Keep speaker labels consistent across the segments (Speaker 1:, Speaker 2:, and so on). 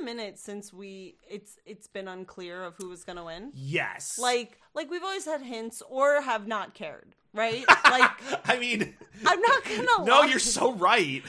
Speaker 1: a minute since we it's it's been unclear of who was going to win.
Speaker 2: Yes.
Speaker 1: Like like we've always had hints or have not cared, right? Like
Speaker 2: I mean,
Speaker 1: I'm not going to
Speaker 2: no, you're so right.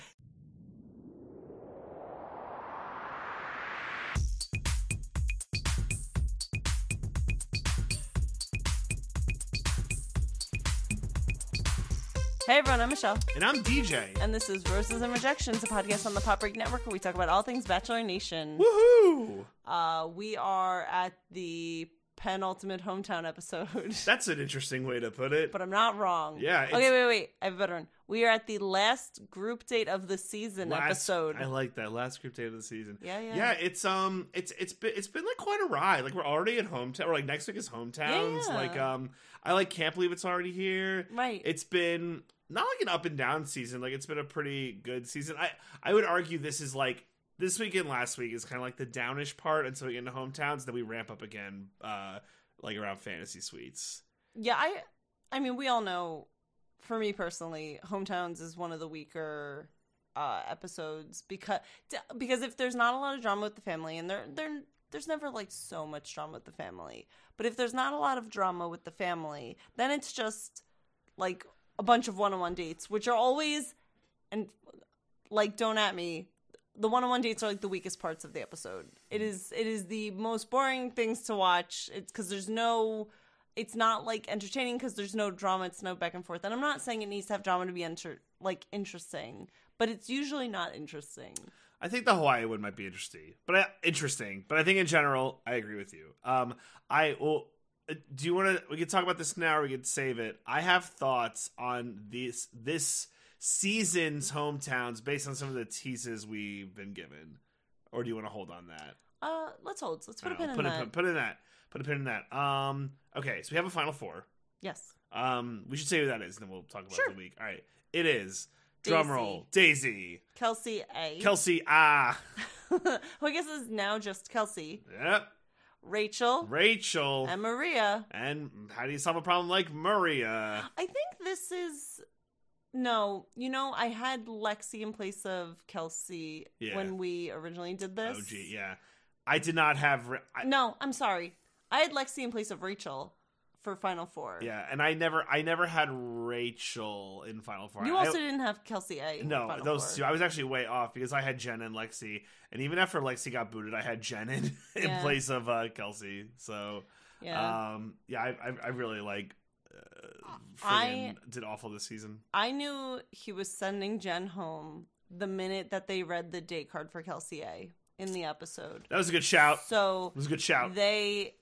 Speaker 1: Hey everyone, I'm Michelle.
Speaker 2: And I'm DJ.
Speaker 1: And this is Roses and Rejections, a podcast on the Pop Break Network where we talk about all things Bachelor Nation.
Speaker 2: Woohoo!
Speaker 1: Uh, we are at the penultimate hometown episode,
Speaker 2: That's an interesting way to put it.
Speaker 1: but I'm not wrong.
Speaker 2: Yeah, it's-
Speaker 1: Okay, wait, wait. I have a better one. We are at the last group date of the season
Speaker 2: Last-
Speaker 1: episode.
Speaker 2: I like that last script date of the season.
Speaker 1: Yeah, yeah.
Speaker 2: Yeah, it's um, it's it's been it's been like quite a ride. Like we're already at hometown. Or like next week is hometowns.
Speaker 1: Yeah.
Speaker 2: Like um, I like can't believe it's already here.
Speaker 1: Right.
Speaker 2: It's been not like an up and down season. Like it's been a pretty good season. I I would argue this is like this week and last week is kind of like the downish part until we get into hometowns. Then we ramp up again. Uh, like around fantasy suites.
Speaker 1: yeah, I I mean, we all know for me personally, hometowns is one of the weaker uh episodes because d- because if there's not a lot of drama with the family and there there there's never like so much drama with the family. But if there's not a lot of drama with the family, then it's just like a bunch of one-on-one dates, which are always and like don't at me the one-on-one dates are like the weakest parts of the episode it is it is the most boring things to watch it's because there's no it's not like entertaining because there's no drama it's no back and forth and i'm not saying it needs to have drama to be enter- like interesting but it's usually not interesting
Speaker 2: I think the Hawaii one might be interesting, but I, interesting. But I think in general, I agree with you. Um, I well, uh, do you want to? We could talk about this now, or we could save it. I have thoughts on this this season's hometowns based on some of the teases we've been given. Or do you want to hold on that?
Speaker 1: uh let's hold let's put a
Speaker 2: I don't
Speaker 1: pin
Speaker 2: know.
Speaker 1: in that
Speaker 2: put put in that. Put a pin in that. Um, okay, so we have a final four.
Speaker 1: yes
Speaker 2: Um, we should say who that is, and then we'll talk about
Speaker 1: Sure.
Speaker 2: the week. All right, it is
Speaker 1: Daisy.
Speaker 2: drum roll, Daisy,
Speaker 1: kelsey a
Speaker 2: Kelsey. Ah,
Speaker 1: who i guess is now just kelsey
Speaker 2: yep.
Speaker 1: rachel
Speaker 2: Rachel.
Speaker 1: and maria
Speaker 2: And how do you solve a problem like uh, Maria?
Speaker 1: I think this is no, you know, I had Lexi in place of Kelsey
Speaker 2: Yeah.
Speaker 1: when we originally did this.
Speaker 2: Oh, gee, yeah. I did not have. Ra- I,
Speaker 1: No, I'm sorry. I had Lexi in place of Rachel for Final Four.
Speaker 2: yeah, and I never, I never had Rachel in Final Four.
Speaker 1: You
Speaker 2: I-
Speaker 1: also didn't have Kelsey A. in
Speaker 2: no,
Speaker 1: Final
Speaker 2: those
Speaker 1: Four.
Speaker 2: two. I was actually way off because I had Jen and Lexi, and even after Lexi got booted, I had Jen in, in
Speaker 1: Yeah.
Speaker 2: place of uh, Kelsey. So,
Speaker 1: Yeah.
Speaker 2: um, yeah, I, I, I really like. Uh,
Speaker 1: I-
Speaker 2: friggin' did awful this season.
Speaker 1: I knew he was sending Jen home the minute that they read the date card for Kelsey A in the episode.
Speaker 2: That was a good shout.
Speaker 1: So
Speaker 2: It was a good shout.
Speaker 1: they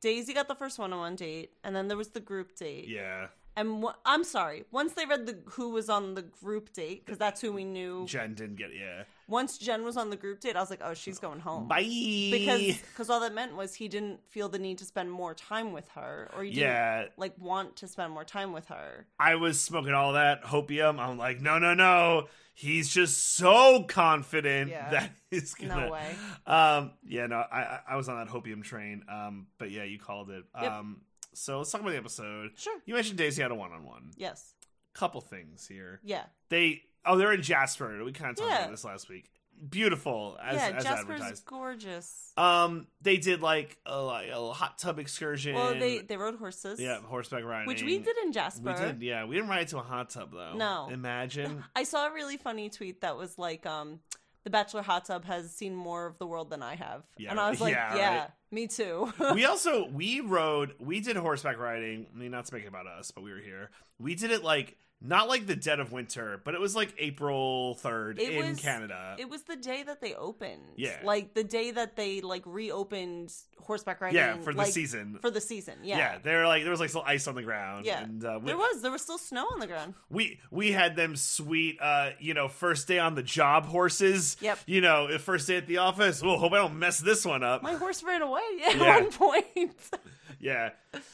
Speaker 1: Daisy got the first one on one date, and then there was the group date.
Speaker 2: yeah,
Speaker 1: And wh- I'm sorry. Once they read the who was on the group date, because that's who we knew.
Speaker 2: Jen didn't get. Yeah,
Speaker 1: Once Jen was on the group date, I was like, oh, she's going home.
Speaker 2: bye.
Speaker 1: Because cause all that meant was he didn't feel the need to spend more time with her, or he didn't
Speaker 2: yeah,
Speaker 1: like want to spend more time with her.
Speaker 2: I was smoking all that hopium. I'm like, no, no, no. He's just so confident
Speaker 1: Yeah.
Speaker 2: that he's
Speaker 1: No
Speaker 2: gonna.
Speaker 1: way.
Speaker 2: Um, yeah, no, I, I- I was on that hopium train. Um, but yeah, you called it.
Speaker 1: Yep.
Speaker 2: Um, so let's talk about the episode.
Speaker 1: Sure.
Speaker 2: You mentioned Daisy had a one-on-one.
Speaker 1: Yes.
Speaker 2: Couple things here.
Speaker 1: Yeah.
Speaker 2: They oh, they're in Jasper. We kind of talked
Speaker 1: Yeah.
Speaker 2: about this last week. Beautiful as
Speaker 1: yeah.
Speaker 2: as
Speaker 1: Jasper's
Speaker 2: advertised.
Speaker 1: gorgeous.
Speaker 2: Um, they did like a, like a hot tub excursion.
Speaker 1: well, they they rode horses.
Speaker 2: yeah horseback riding,
Speaker 1: Which we did in Jasper.
Speaker 2: We did, yeah. We didn't ride to a hot tub though.
Speaker 1: No.
Speaker 2: imagine.
Speaker 1: I saw a really funny tweet that was like, um, "The Bachelor hot tub has seen more of the world than I have,"
Speaker 2: Yeah,
Speaker 1: and I was like,
Speaker 2: yeah,
Speaker 1: "Yeah,
Speaker 2: right.
Speaker 1: me too."
Speaker 2: we also we rode we did horseback riding i mean not speaking about us but we were here we did it like not like the dead of winter but it was like april 3rd
Speaker 1: It
Speaker 2: in
Speaker 1: was-
Speaker 2: canada
Speaker 1: it was the day that they opened.
Speaker 2: Uh, Yeah.
Speaker 1: like the day that they like reopened horseback riding.
Speaker 2: yeah for the
Speaker 1: like,
Speaker 2: season
Speaker 1: For the season, yeah.
Speaker 2: yeah. they were like there was like still ice on the ground
Speaker 1: Yeah.
Speaker 2: and uh, we,
Speaker 1: There was there was still snow on the ground.
Speaker 2: we we had them sweet uh you know first day on the job horses
Speaker 1: Yep.
Speaker 2: you know the first day at the office oh hope i don't mess this one up
Speaker 1: My horse ran away at
Speaker 2: Yeah.
Speaker 1: one point.
Speaker 2: yeah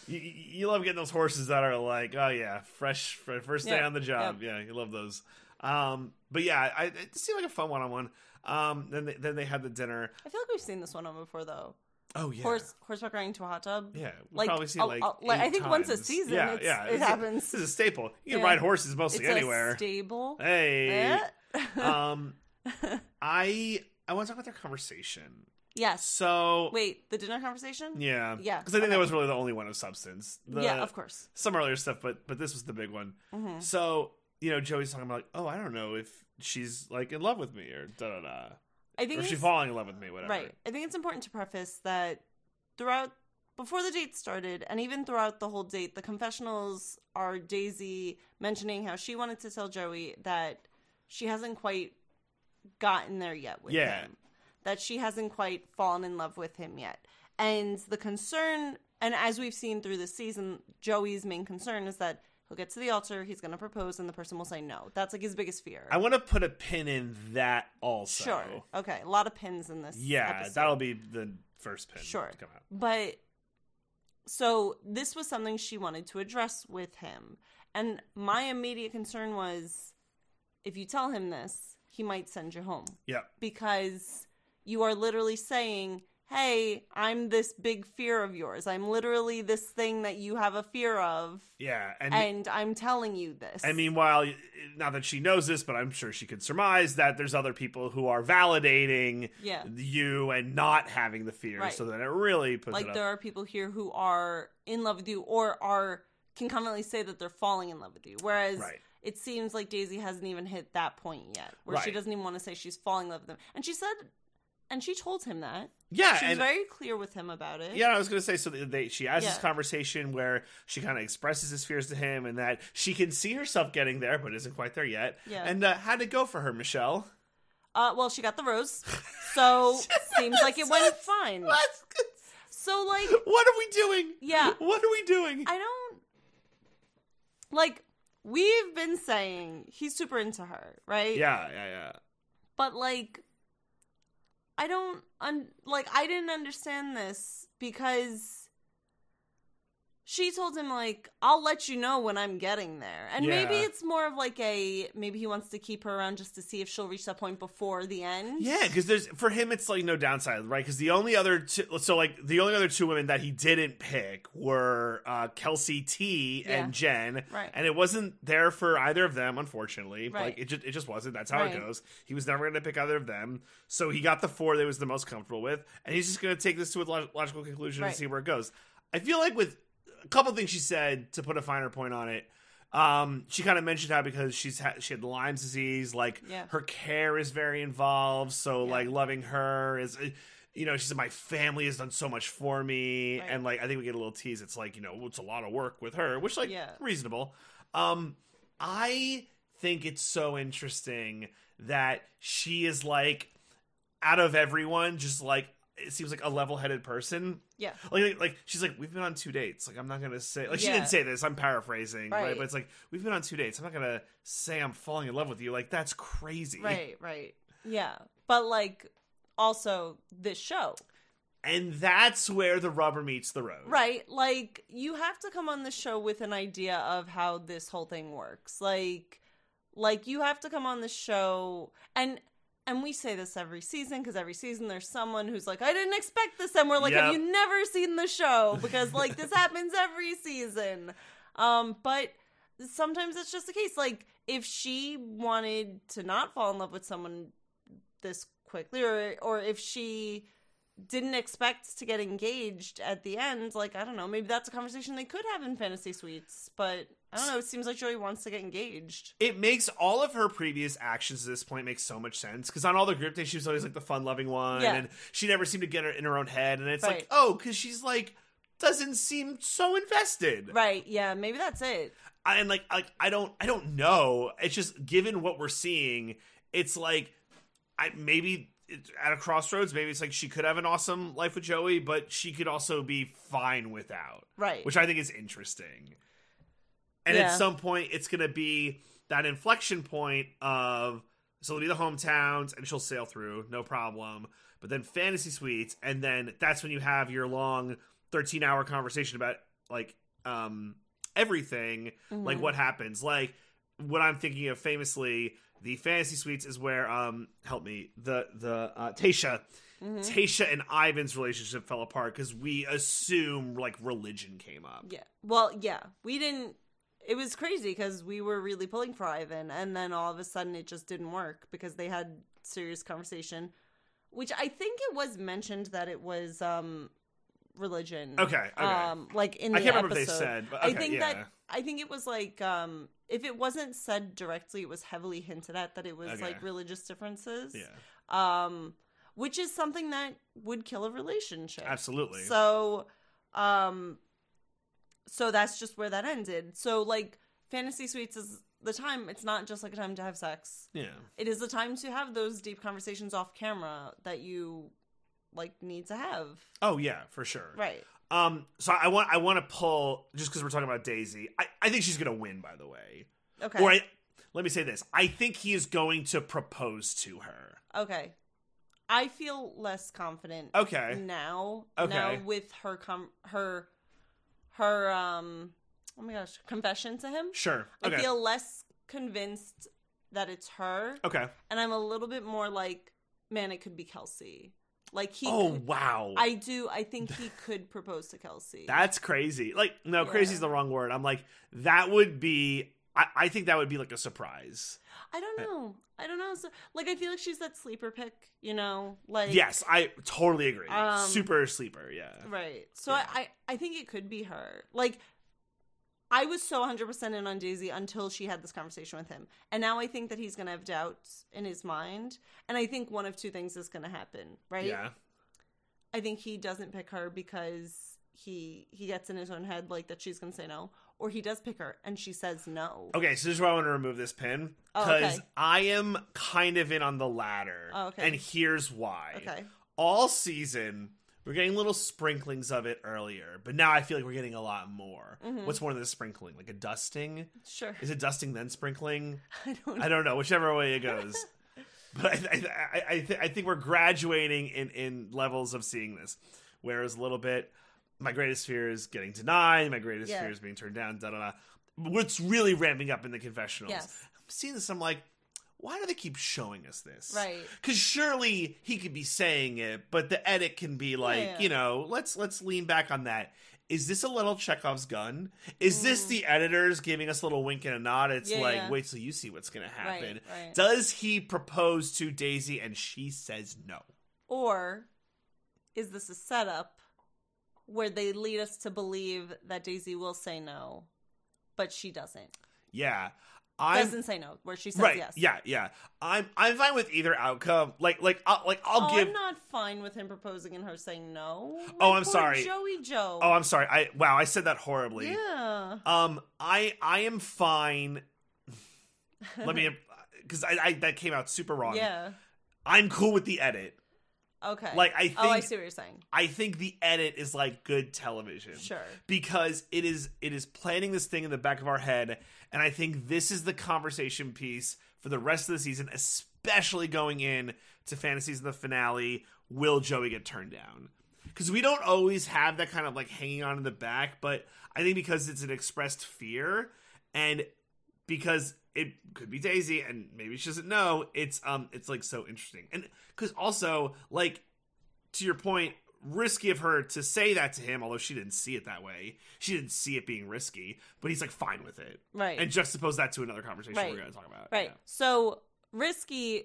Speaker 2: you, you you love getting those horses that are like oh yeah fresh fr- first day
Speaker 1: Yeah,
Speaker 2: on the job yeah you love those um but yeah I, it seemed like a fun one-on-one um then they, then they had the dinner
Speaker 1: I feel like we've seen this one on before though.
Speaker 2: oh yeah
Speaker 1: Horse horseback riding to a hot tub.
Speaker 2: yeah we
Speaker 1: like,
Speaker 2: probably see
Speaker 1: a-
Speaker 2: like,
Speaker 1: a- like, I
Speaker 2: eight
Speaker 1: think once a
Speaker 2: times.
Speaker 1: season
Speaker 2: yeah
Speaker 1: it's-
Speaker 2: yeah
Speaker 1: it
Speaker 2: It's a-
Speaker 1: happens.
Speaker 2: this is a staple you can
Speaker 1: Yeah.
Speaker 2: ride horses mostly
Speaker 1: It's
Speaker 2: anywhere
Speaker 1: a stable.
Speaker 2: hey
Speaker 1: Eh?
Speaker 2: um i i want to talk about their conversation
Speaker 1: Yes.
Speaker 2: So
Speaker 1: Wait, the dinner conversation?
Speaker 2: yeah,
Speaker 1: Yeah,
Speaker 2: because I think that
Speaker 1: okay.
Speaker 2: was really the only one of substance. The,
Speaker 1: yeah, of course.
Speaker 2: some earlier stuff, but but this was the big one.
Speaker 1: hmm
Speaker 2: So you know, Joey's talking about like, oh, I don't know if she's like in love with me or da da da,
Speaker 1: I think
Speaker 2: or is she
Speaker 1: it's-
Speaker 2: falling in love with me, whatever.
Speaker 1: Right. I think it's important to preface that throughout, before the date started, and even throughout the whole date, the confessionals are Daisy mentioning how she wanted to tell Joey that she hasn't quite gotten there yet with
Speaker 2: Yeah.
Speaker 1: him, that she hasn't quite fallen in love with him yet. And the concern, and as we've seen through this season, Joey's main concern is that he'll get to the altar, he's going to propose, and the person will say no. That's like his biggest fear.
Speaker 2: I want to put a pin in that also.
Speaker 1: sure. Okay. A lot of pins in this.
Speaker 2: Yeah,
Speaker 1: episode.
Speaker 2: that'll be the first pin.
Speaker 1: Sure.
Speaker 2: To come out.
Speaker 1: But so this was something she wanted to address with him. And my immediate concern was if you tell him this, he might send you home
Speaker 2: Yeah.
Speaker 1: because you are literally saying, Hey, I'm this big fear of yours. I'm literally this thing that you have a fear of.
Speaker 2: Yeah. And. and-
Speaker 1: And I'm telling you this.
Speaker 2: meanwhile, not that she knows this, but I'm sure she could surmise that there's other people who are validating
Speaker 1: yeah.
Speaker 2: you and not having the fear,
Speaker 1: Right.
Speaker 2: so that it really puts it
Speaker 1: Like
Speaker 2: up.
Speaker 1: there are people here who are in love with you or are can confidently say that they're falling in love with you. Whereas
Speaker 2: right,
Speaker 1: it seems like Daisy hasn't even hit that point yet, where she
Speaker 2: Right.
Speaker 1: doesn't even want to say she's falling in love with him. And she said, and she told him that
Speaker 2: yeah,
Speaker 1: she was
Speaker 2: and
Speaker 1: very clear with him about it.
Speaker 2: Yeah, I was gonna say so. They, she has this
Speaker 1: Yeah.
Speaker 2: conversation where she kind of expresses his fears to him, and that she can see herself getting there, but isn't quite there yet.
Speaker 1: yeah.
Speaker 2: And uh, how'd it go for her, Michelle?
Speaker 1: uh, well, she got the rose, so seems like it went fine.
Speaker 2: What?
Speaker 1: So like,
Speaker 2: What are we doing?
Speaker 1: Yeah.
Speaker 2: What are we doing?
Speaker 1: I don't like. We've been saying he's super into her, right?
Speaker 2: yeah, yeah, yeah.
Speaker 1: but like i don't un- like i didn't understand this because she told him like i'll let you know when i'm getting there and maybe
Speaker 2: Yeah.
Speaker 1: it's more of like a maybe he wants to keep her around just to see if she'll reach that point before the end
Speaker 2: Yeah, because there's for him it's like no downside, right? Because the only other two, so like the only other two women that he didn't pick were uh, Kelsey T and Jen,
Speaker 1: Right.
Speaker 2: And it wasn't there for either of them, unfortunately.
Speaker 1: Right.
Speaker 2: Like it just it just wasn't. That's how it
Speaker 1: Right.
Speaker 2: goes. He was never going to pick either of them, so he got the four that he was the most comfortable with, and he's just going to take this to a log- logical conclusion
Speaker 1: Right.
Speaker 2: and see where it goes. I feel like with a couple things she said to put a finer point on it. Um, she kind of mentioned how because she's ha- she had Lyme's disease, like
Speaker 1: Yeah.
Speaker 2: her care is very involved. So
Speaker 1: Yeah.
Speaker 2: like loving her is, uh, you know, she said my family has done so much for me,
Speaker 1: Right.
Speaker 2: and like I think we get a little tease. It's like you know it's a lot of work with her, which like
Speaker 1: Yeah.
Speaker 2: reasonable. Um, I think it's so interesting that she is like out of everyone, just like it seems like a level-headed person
Speaker 1: yeah
Speaker 2: like, like like she's like we've been on two dates like i'm not gonna say like she
Speaker 1: Yeah.
Speaker 2: didn't say this i'm paraphrasing right.
Speaker 1: Right.
Speaker 2: but it's like we've been on two dates i'm not gonna say i'm falling in love with you like that's crazy
Speaker 1: right right yeah but like also this show
Speaker 2: and that's where the rubber meets the road
Speaker 1: Right. Like, you have to come on the show with an idea of how this whole thing works. Like, like you have to come on the show and and we say this every season because every season there's someone who's like, I didn't expect this, and we're like, Have
Speaker 2: Yep.
Speaker 1: you never seen the show? Because like this happens every season. Um, but sometimes it's just the case. Like, if she wanted to not fall in love with someone this quickly, or or if she didn't expect to get engaged at the end, like I don't know, maybe that's a conversation they could have in fantasy suites. But I don't know. It seems like Joey wants to get engaged.
Speaker 2: it makes all of her previous actions at this point make so much sense because on all the group days she was always like the fun-loving one
Speaker 1: Yeah.
Speaker 2: and she never seemed to get her in her own head and it's like
Speaker 1: Right.
Speaker 2: oh because she's like doesn't seem so invested
Speaker 1: Right? Yeah. Maybe that's it.
Speaker 2: I- and like like I don't I don't know. It's just given what we're seeing, it's like I maybe it- at a crossroads, maybe it's like she could have an awesome life with Joey, but she could also be fine without,
Speaker 1: Right.
Speaker 2: which I think is interesting. And at
Speaker 1: Yeah.
Speaker 2: some point, it's gonna be that inflection point of so it'll be the hometowns, and she'll sail through, no problem. But then fantasy suites, and then that's when you have your long thirteen hour conversation about like um everything like
Speaker 1: Mhm.
Speaker 2: what happens like what i'm thinking of famously the fantasy suites is where um help me the the uh tasha
Speaker 1: Mhm.
Speaker 2: tasha and ivan's relationship fell apart because we assume like religion came up
Speaker 1: Yeah. Well, yeah. We didn't. It was crazy because we were really pulling for Ivan, and then all of a sudden it just didn't work because they had serious conversation. which I think it was mentioned that it was um religion.
Speaker 2: Okay, okay.
Speaker 1: Um like in the
Speaker 2: I can't remember
Speaker 1: episode.
Speaker 2: if they said, but
Speaker 1: I
Speaker 2: okay,
Speaker 1: think
Speaker 2: yeah.
Speaker 1: that I think it was like um if it wasn't said directly, it was heavily hinted at that it was
Speaker 2: Okay.
Speaker 1: like religious differences.
Speaker 2: yeah,
Speaker 1: Um which is something that would kill a relationship.
Speaker 2: absolutely.
Speaker 1: So, um, so that's just where that ended. So, like, fantasy suites is the time. It's not just like a time to have sex.
Speaker 2: yeah,
Speaker 1: It is the time to have those deep conversations off camera that you like need to have.
Speaker 2: oh yeah, for sure.
Speaker 1: Right.
Speaker 2: Um, so I want I want to pull just because we're talking about Daisy. I, I think she's gonna win. By the way,
Speaker 1: Okay.
Speaker 2: or I, let me say this: I think he is going to propose to her.
Speaker 1: Okay. I feel less confident
Speaker 2: Okay,
Speaker 1: now.
Speaker 2: Okay.
Speaker 1: Now with her com her her um oh my gosh confession to him.
Speaker 2: sure. Okay,
Speaker 1: I feel less convinced that it's her.
Speaker 2: okay.
Speaker 1: and I'm a little bit more like, man, it could be Kelsey. Like he,
Speaker 2: oh
Speaker 1: could-
Speaker 2: wow,
Speaker 1: I do. I think he could propose to Kelsey.
Speaker 2: that's crazy. Like no,
Speaker 1: Yeah.
Speaker 2: crazy is the wrong word. I'm like that would be. I, I think that would be like a surprise.
Speaker 1: I don't know. I don't know. So, like I feel like she's that sleeper pick. You know, like
Speaker 2: yes, I totally agree.
Speaker 1: Um,
Speaker 2: Super sleeper. Yeah.
Speaker 1: right. So
Speaker 2: Yeah.
Speaker 1: I, I, I think it could be her. Like. I was so 100% in on Daisy until she had this conversation with him. And now I think that he's going to have doubts in his mind. And I think one of two things is going to happen, right?
Speaker 2: Yeah.
Speaker 1: I think he doesn't pick her because he he gets in his own head like that she's gonna say no, or he does pick her and she says no.
Speaker 2: Okay, so this is where I want to remove this pin
Speaker 1: Oh,
Speaker 2: because
Speaker 1: okay.
Speaker 2: I am kind of in on the latter,
Speaker 1: Oh, okay.
Speaker 2: and here's why.
Speaker 1: Okay.
Speaker 2: All season, we're getting little sprinklings of it earlier, but now I feel like we're getting a lot more.
Speaker 1: Mhm.
Speaker 2: What's more than a sprinkling? Like a dusting?
Speaker 1: Sure.
Speaker 2: Is it dusting then sprinkling?
Speaker 1: I don't.
Speaker 2: I don't know. Whichever way it goes. But I, I, I, I, th- I think we're graduating in, in levels of seeing this. Whereas a little bit, my greatest fear is getting denied. My greatest
Speaker 1: Yeah.
Speaker 2: fear is being turned down. Da da da. What's really ramping up in the confessionals?
Speaker 1: Yes.
Speaker 2: I'm seeing this. I'm like, why do they keep showing us this?
Speaker 1: Right.
Speaker 2: Because surely he could be saying it, but the edit can be like,
Speaker 1: Yeah.
Speaker 2: you know, let's let's lean back on that. Is this a little Chekhov's gun? Is this
Speaker 1: Mm.
Speaker 2: the editors giving us a little wink and a nod? It's
Speaker 1: Yeah,
Speaker 2: like,
Speaker 1: yeah.
Speaker 2: wait till you see what's gonna happen.
Speaker 1: Right. Right.
Speaker 2: Does he propose to Daisy and she says no?
Speaker 1: or is this a setup where they lead us to believe that Daisy will say no, but she doesn't?
Speaker 2: Yeah. I'm
Speaker 1: Doesn't say no, where she says
Speaker 2: right.
Speaker 1: yes.
Speaker 2: Yeah, yeah. I'm I'm fine with either outcome. Like like I'll like I'll
Speaker 1: oh,
Speaker 2: give
Speaker 1: I'm not fine with him proposing and her saying no.
Speaker 2: Oh,
Speaker 1: Like,
Speaker 2: I'm
Speaker 1: poor
Speaker 2: sorry.
Speaker 1: Joey Joe.
Speaker 2: Oh, I'm sorry. I wow, I said that horribly.
Speaker 1: yeah.
Speaker 2: Um I I am fine. Let me because I, I that came out super wrong.
Speaker 1: yeah.
Speaker 2: I'm cool with the edit.
Speaker 1: Okay.
Speaker 2: Like I think
Speaker 1: oh, I see what you're saying.
Speaker 2: I think the edit is like good television.
Speaker 1: Sure.
Speaker 2: because it is it is planning this thing in the back of our head and i think this is the conversation piece for the rest of the season especially going in to fantasies in the finale will joey get turned down because we don't always have that kind of like hanging on in the back but i think because it's an expressed fear and because it could be daisy and maybe she doesn't know it's um it's like so interesting and because also like to your point, risky of her to say that to him, although she didn't see it that way. She didn't see it being risky, but he's like fine with it.
Speaker 1: Right.
Speaker 2: And juxtapose that to another conversation
Speaker 1: Right.
Speaker 2: we're going to talk about.
Speaker 1: Right. So risky,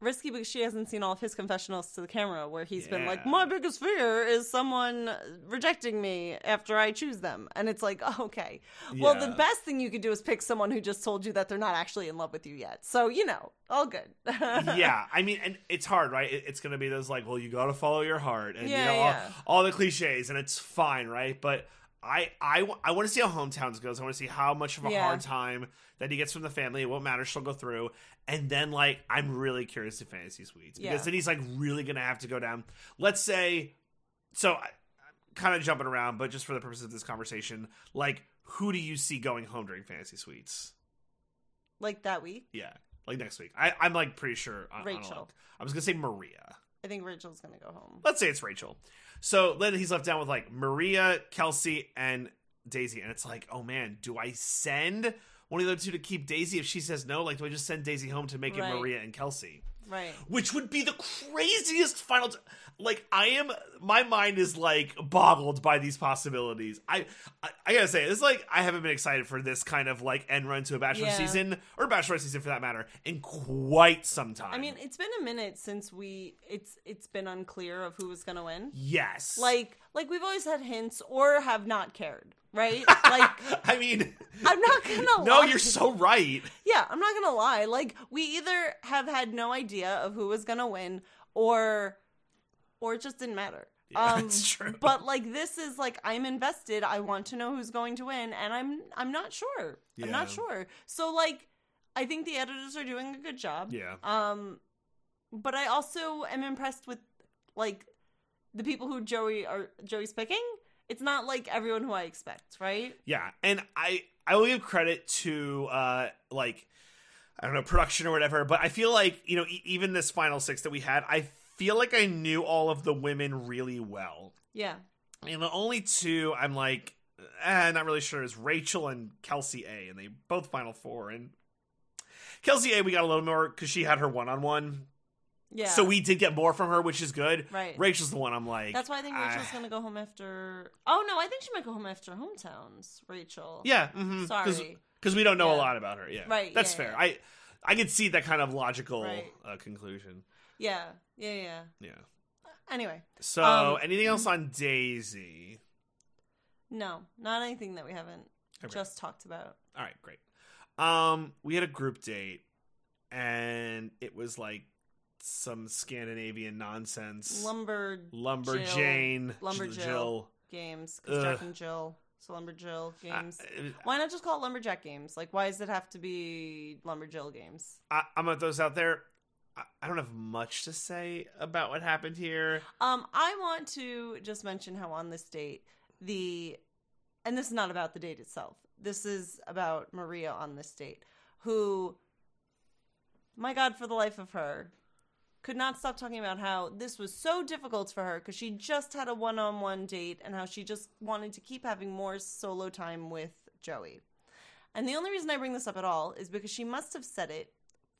Speaker 1: risky because she hasn't seen all of his confessionals to the camera, where he's been like,
Speaker 2: Yeah.
Speaker 1: "My biggest fear is someone rejecting me after I choose them," and it's like, oh, okay, well, the
Speaker 2: Yeah.
Speaker 1: best thing you could do is pick someone who just told you that they're not actually in love with you yet. So you know, all good.
Speaker 2: Yeah. yeah. I mean, and it's hard, right? It- it's going to be those like, well, you got to follow your heart and you
Speaker 1: Yeah,
Speaker 2: know,
Speaker 1: yeah.
Speaker 2: all, all the cliches and it's fine, right? But I, I, w- I want to see how hometowns goes. I want to see how much of a
Speaker 1: Yeah.
Speaker 2: hard time that he gets from the family. It won't matter. She'll go through. And then like, I'm really curious to fantasy suites because
Speaker 1: Yeah.
Speaker 2: then he's like really going to have to go down. Let's say, so I, kind of jumping around, but just for the purpose of this conversation, like who do you see going home during fantasy suites?
Speaker 1: like that week,
Speaker 2: Yeah, like next week. I, I'm like pretty sure. On, on a
Speaker 1: Rachel.
Speaker 2: look. I was gonna say Maria.
Speaker 1: I think Rachel's gonna go home.
Speaker 2: Let's say it's Rachel. So then he's left down with like Maria, Kelsey, and Daisy, and it's like, oh man, do I send one of the other two to keep Daisy if she says no? Like, do I just send Daisy home to make
Speaker 1: Right.
Speaker 2: it Maria and Kelsey?
Speaker 1: Right.
Speaker 2: which would be the craziest final t- like i am my mind is like boggled by these possibilities i i, I gotta say it's like i haven't been excited for this kind of like end run to a bachelor
Speaker 1: Yeah.
Speaker 2: season or bachelor season for that matter in quite some time
Speaker 1: I mean, it's been a minute since we it's it's been unclear of who was going to win.
Speaker 2: yes
Speaker 1: Like like we've always had hints or have not cared, right? Like
Speaker 2: i mean
Speaker 1: I'm not going to
Speaker 2: no
Speaker 1: lie.
Speaker 2: you're so right
Speaker 1: Yeah, I'm not gonna lie. Like we either have had no idea of who was gonna win, or or it just didn't matter. Um,
Speaker 2: Yeah, it's true.
Speaker 1: But like this is like I'm invested. I want to know who's going to win, and I'm I'm not sure. I'm not
Speaker 2: Yeah.
Speaker 1: sure. So like I think the editors are doing a good job.
Speaker 2: yeah
Speaker 1: Um, but I also am impressed with like the people who Joey are Joey's picking. It's not like everyone who I expect, right?
Speaker 2: Yeah, and I I will give credit to uh like I don't know production or whatever, but I feel like you know e- even this final six that we had, I feel like I knew all of the women really well,
Speaker 1: Yeah.
Speaker 2: and the only two I'm like eh, not really sure is Rachel and Kelsey A, and they both final four and. Kelsey A, we got a little more because she had her one on one,
Speaker 1: Yeah.
Speaker 2: so we did get more from her, which is good.
Speaker 1: right.
Speaker 2: Rachel's the one I'm like. "Ah."
Speaker 1: That's why I think Rachel's gonna go home after. Oh no, I think she might go home after hometowns. Rachel.
Speaker 2: Yeah, mm-hmm,
Speaker 1: Sorry.
Speaker 2: because we don't know a
Speaker 1: Yeah.
Speaker 2: lot about her. Yeah,
Speaker 1: Right,
Speaker 2: That's
Speaker 1: yeah,
Speaker 2: fair.
Speaker 1: yeah.
Speaker 2: I I could see that kind of logical
Speaker 1: Right.
Speaker 2: uh, conclusion.
Speaker 1: Yeah. Yeah. Yeah.
Speaker 2: Yeah.
Speaker 1: Anyway,
Speaker 2: So
Speaker 1: Um,
Speaker 2: anything else on Daisy?
Speaker 1: no, not anything that we haven't
Speaker 2: Okay.
Speaker 1: just talked about.
Speaker 2: All right, great. Um, we had a group date, and it was like some Scandinavian nonsense.
Speaker 1: Lumber
Speaker 2: Lumberjane,
Speaker 1: Lumberjill.
Speaker 2: Jill.
Speaker 1: games, 'cause Jack and Jill. So lumberjill games.
Speaker 2: I,
Speaker 1: why not just call it lumberjack games? Like, why does it have to be lumberjill games?
Speaker 2: I, I'm gonna throw this out there. I, I don't have much to say about what happened here.
Speaker 1: Um, I want to just mention how on this date the, and this is not about the date itself. This is about Maria on this date, who, my God, for the life of her, could not stop talking about how this was so difficult for her because she just had a one-on-one date and how she just wanted to keep having more solo time with Joey. And the only reason I bring this up at all is because she must have said it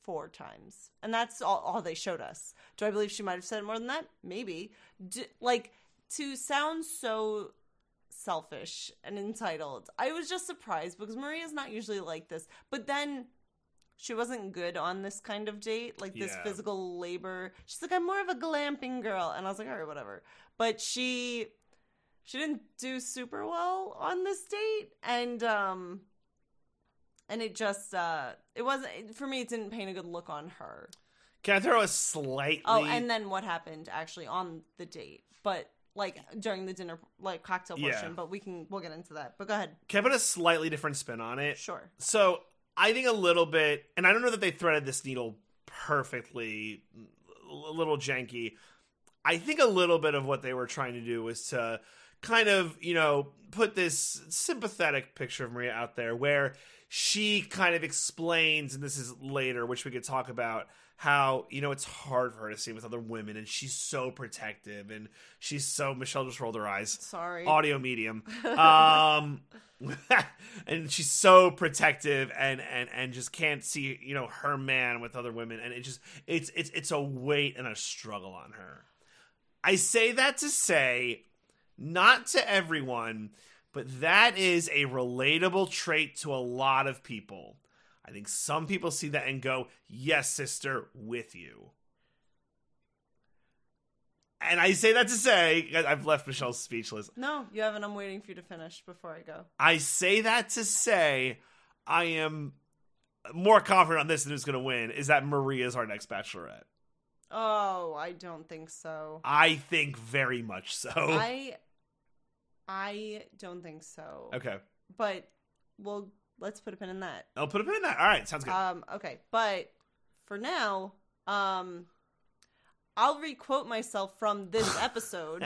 Speaker 1: four times. And that's all, all they showed us. Do I believe she might have said it more than that? Maybe. D like, to sound so selfish and entitled, I was just surprised because Maria's not usually like this. But then she wasn't good on this kind of date, like this
Speaker 2: Yeah.
Speaker 1: physical labor. She's like, I'm more of a glamping girl. And I was like, all right, whatever. But she. She didn't do super well on this date, and um, and it just uh it wasn't it- for me it didn't paint a good look on her
Speaker 2: Can I throw a slightly?
Speaker 1: oh and then what happened actually on the date but like during the dinner like cocktail
Speaker 2: Yeah.
Speaker 1: portion but we can we'll get into that but go ahead
Speaker 2: Can I put a slightly different spin on it?
Speaker 1: sure
Speaker 2: So I think a little bit, and I don't know that they threaded this needle perfectly, a little janky. I think a little bit of what they were trying to do was to kind of, you know, put this sympathetic picture of Maria out there where she kind of explains, and this is later, which we could talk about, how, you know, it's hard for her to see with other women, and she's so protective, and she's so, Michelle just rolled her eyes
Speaker 1: sorry
Speaker 2: audio medium um and she's so protective and and and just can't see you know her man with other women and it just it's it's it's a weight and a struggle on her i say that to say not to everyone but that is a relatable trait to a lot of people i think some people see that and go yes sister with you and I say that to say, I've left Michelle speechless.
Speaker 1: no you haven't i'm waiting for you to finish before i go
Speaker 2: I say that to say I am more confident on this than who's going to win is that Maria's our next bachelorette.
Speaker 1: oh i don't think so
Speaker 2: I think very much so.
Speaker 1: i i don't think so
Speaker 2: okay.
Speaker 1: but well let's put a pin in that
Speaker 2: I'll put a pin in that. All right. Sounds good.
Speaker 1: Um, okay, but for now, um, I'll requote myself from this episode.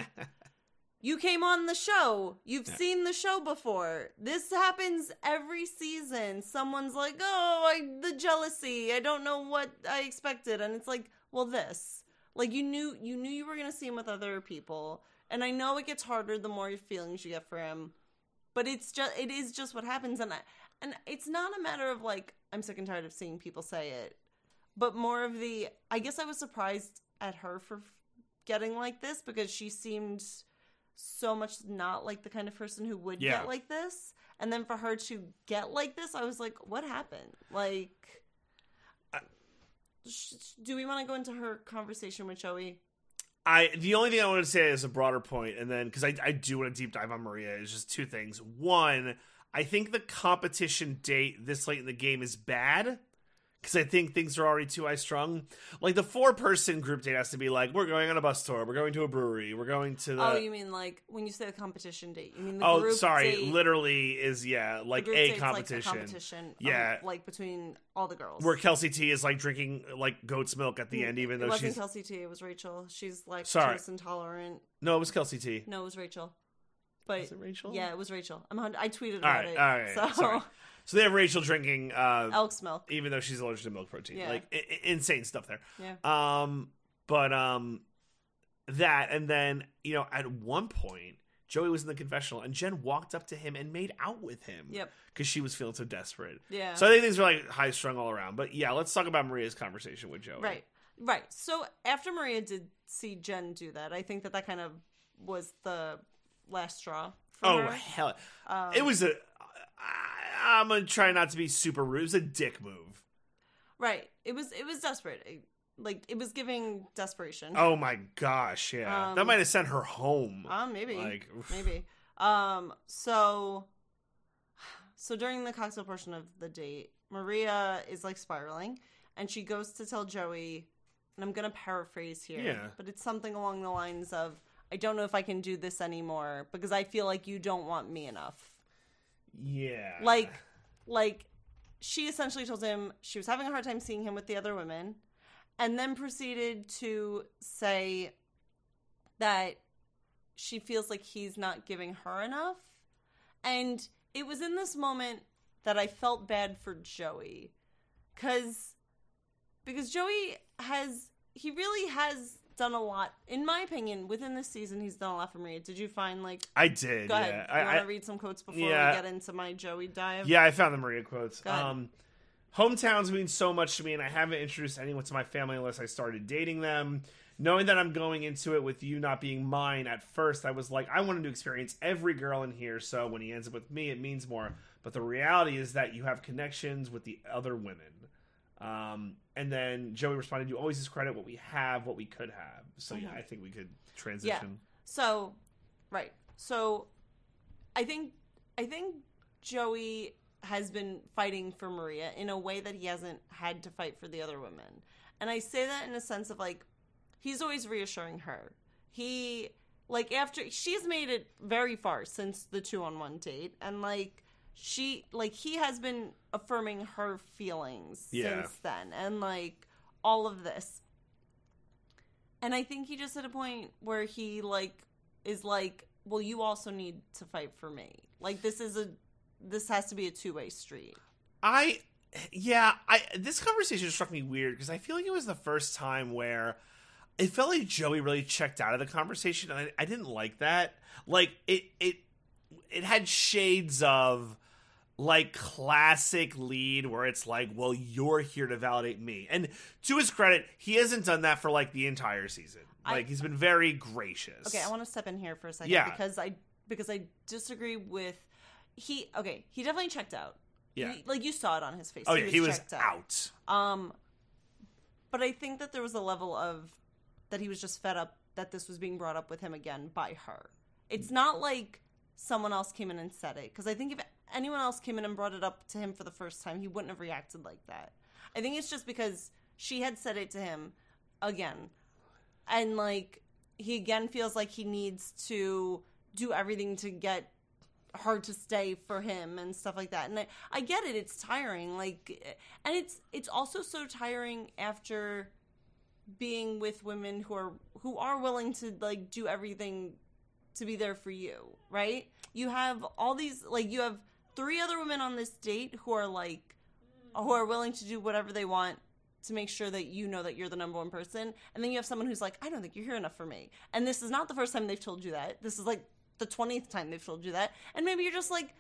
Speaker 1: you came on the show. You've
Speaker 2: Yeah.
Speaker 1: seen the show before. This happens every season. Someone's like, "Oh, I, the jealousy. I don't know what I expected," and it's like, "Well, this. Like you knew you knew you were gonna see him with other people, and I know it gets harder the more feelings you get for him, but it's just it is just what happens, and I, and it's not a matter of like I'm sick and tired of seeing people say it but more of the I guess I was surprised at her for f- getting like this because she seemed so much not like the kind of person who would
Speaker 2: Yeah.
Speaker 1: get like this. And then for her to get like this, I was like, what happened? Like,
Speaker 2: I-
Speaker 1: sh- do we want to go into her conversation with Joey?
Speaker 2: I the only thing I want to say is a broader point, and then because I, I do want to deep dive on Maria is just two things. One, I think the competition date this late in the game is bad because I think things are already too high strung. Like the four person group date has to be like we're going on a bus tour, we're going to a brewery, we're going to the.
Speaker 1: oh, you mean like when you say the competition date? You mean the
Speaker 2: Oh,
Speaker 1: group
Speaker 2: sorry,
Speaker 1: date-
Speaker 2: literally is yeah
Speaker 1: the
Speaker 2: like
Speaker 1: group
Speaker 2: a
Speaker 1: date's,
Speaker 2: competition.
Speaker 1: Like the competition,
Speaker 2: Yeah.
Speaker 1: of, like between all the girls.
Speaker 2: where Kelsey T is like drinking like goat's milk at the end, even
Speaker 1: it
Speaker 2: though
Speaker 1: wasn't
Speaker 2: she's
Speaker 1: Kelsey T, it was Rachel. She's like
Speaker 2: Sorry.
Speaker 1: Sorry. intolerant.
Speaker 2: no, it was Kelsey T.
Speaker 1: No, it was Rachel. But
Speaker 2: Is it Rachel?
Speaker 1: yeah, it was Rachel. I'm. a hundred- I tweeted
Speaker 2: All
Speaker 1: about
Speaker 2: right,
Speaker 1: it.
Speaker 2: all right.
Speaker 1: so
Speaker 2: Sorry. So they have Rachel drinking uh,
Speaker 1: elk's milk.
Speaker 2: even though she's allergic to milk protein.
Speaker 1: Oh. Yeah.
Speaker 2: Like I- I- insane stuff there.
Speaker 1: Yeah.
Speaker 2: Um, but um, that and then you know at one point Joey was in the confessional and Jen walked up to him and made out with him.
Speaker 1: Yep.
Speaker 2: Because she was feeling so desperate.
Speaker 1: Yeah.
Speaker 2: So I think things were like high strung all around. But yeah, let's talk about Maria's conversation with Joey.
Speaker 1: right. Right. So after Maria did see Jen do that, I think that that kind of was the last straw. For
Speaker 2: Oh
Speaker 1: her.
Speaker 2: hell!
Speaker 1: Um,
Speaker 2: It was a. I, I'm gonna try not to be super rude. It was a dick move.
Speaker 1: right. It was. It was desperate. It- like it was giving desperation.
Speaker 2: Oh my gosh! Yeah, that
Speaker 1: Um,
Speaker 2: might have sent her home.
Speaker 1: Uh, maybe.
Speaker 2: like oof.
Speaker 1: maybe um so so during the cocktail portion of the date maria is like spiraling and she goes to tell joey and i'm gonna paraphrase here
Speaker 2: Yeah.
Speaker 1: but it's something along the lines of i don't know if i can do this anymore because i feel like you don't want me enough
Speaker 2: yeah,
Speaker 1: like like she essentially told him she was having a hard time seeing him with the other women and then proceeded to say that she feels like he's not giving her enough and it was in this moment that i felt bad for joey cuz because joey has he really has done a lot in my opinion within this season he's done a lot for maria did you find like
Speaker 2: I did.
Speaker 1: Go
Speaker 2: yeah.
Speaker 1: ahead.
Speaker 2: I,
Speaker 1: you want
Speaker 2: I-
Speaker 1: to read some quotes before
Speaker 2: Yeah.
Speaker 1: we get into my Joey dive?
Speaker 2: yeah, I found the Maria quotes.
Speaker 1: Go ahead.
Speaker 2: Um, hometowns mean so much to me, and I haven't introduced anyone to my family unless I started dating them. Knowing that I'm going into it with you not being mine at first, I was like, I wanted to experience every girl in here, so when he ends up with me, it means more. But the reality is that you have connections with the other women. Um, and then Joey responded, You always discredit what we have, what we could have. So, yeah,
Speaker 1: Mhm.
Speaker 2: I think we could transition.
Speaker 1: So, right. So, I think I think Joey has been fighting for Maria in a way that he hasn't had to fight for the other women. And I say that in a sense of like he's always reassuring her. He like after she's made it very far since the 2 on 1 date and like she like he has been affirming her feelings
Speaker 2: Yeah.
Speaker 1: since then and like all of this. And I think he just hit a point where he like is like, well, you also need to fight for me. Like this is a this has to be a two way street.
Speaker 2: I yeah, I this conversation struck me weird because I feel like it was the first time where it felt like Joey really checked out of the conversation and I, I didn't like that. Like it it it had shades of like classic lead where it's like, well, you're here to validate me. And to his credit, he hasn't done that for like the entire season.
Speaker 1: I-
Speaker 2: Like he's been very gracious.
Speaker 1: Okay, I want to step in here for a second
Speaker 2: Yeah.
Speaker 1: because I because I disagree with he. Okay, he definitely checked out.
Speaker 2: Yeah.
Speaker 1: He- like you saw it on his face.
Speaker 2: Oh yeah, he was
Speaker 1: checked
Speaker 2: out.
Speaker 1: Um, but I think that there was a level of that he was just fed up that this was being brought up with him again by her. It's not like someone else came in and said it because I think if anyone else came in and brought it up to him for the first time, he wouldn't have reacted like that. I think it's just because she had said it to him again, and like he again feels like he needs to do everything to get her to stay for him and stuff like that. And I, I get it; it's tiring. Like, and it's it's also so tiring after being with women who are who are willing to like do everything to be there for you, right? You have all these like you have three other women on this date who are like who are willing to do whatever they want to make sure that you know that you're the number one person. And then you have someone who's like, I don't think you're here enough for me. And this is not the first time they've told you that. This is like the 20th time they've told you that. And maybe you're just like,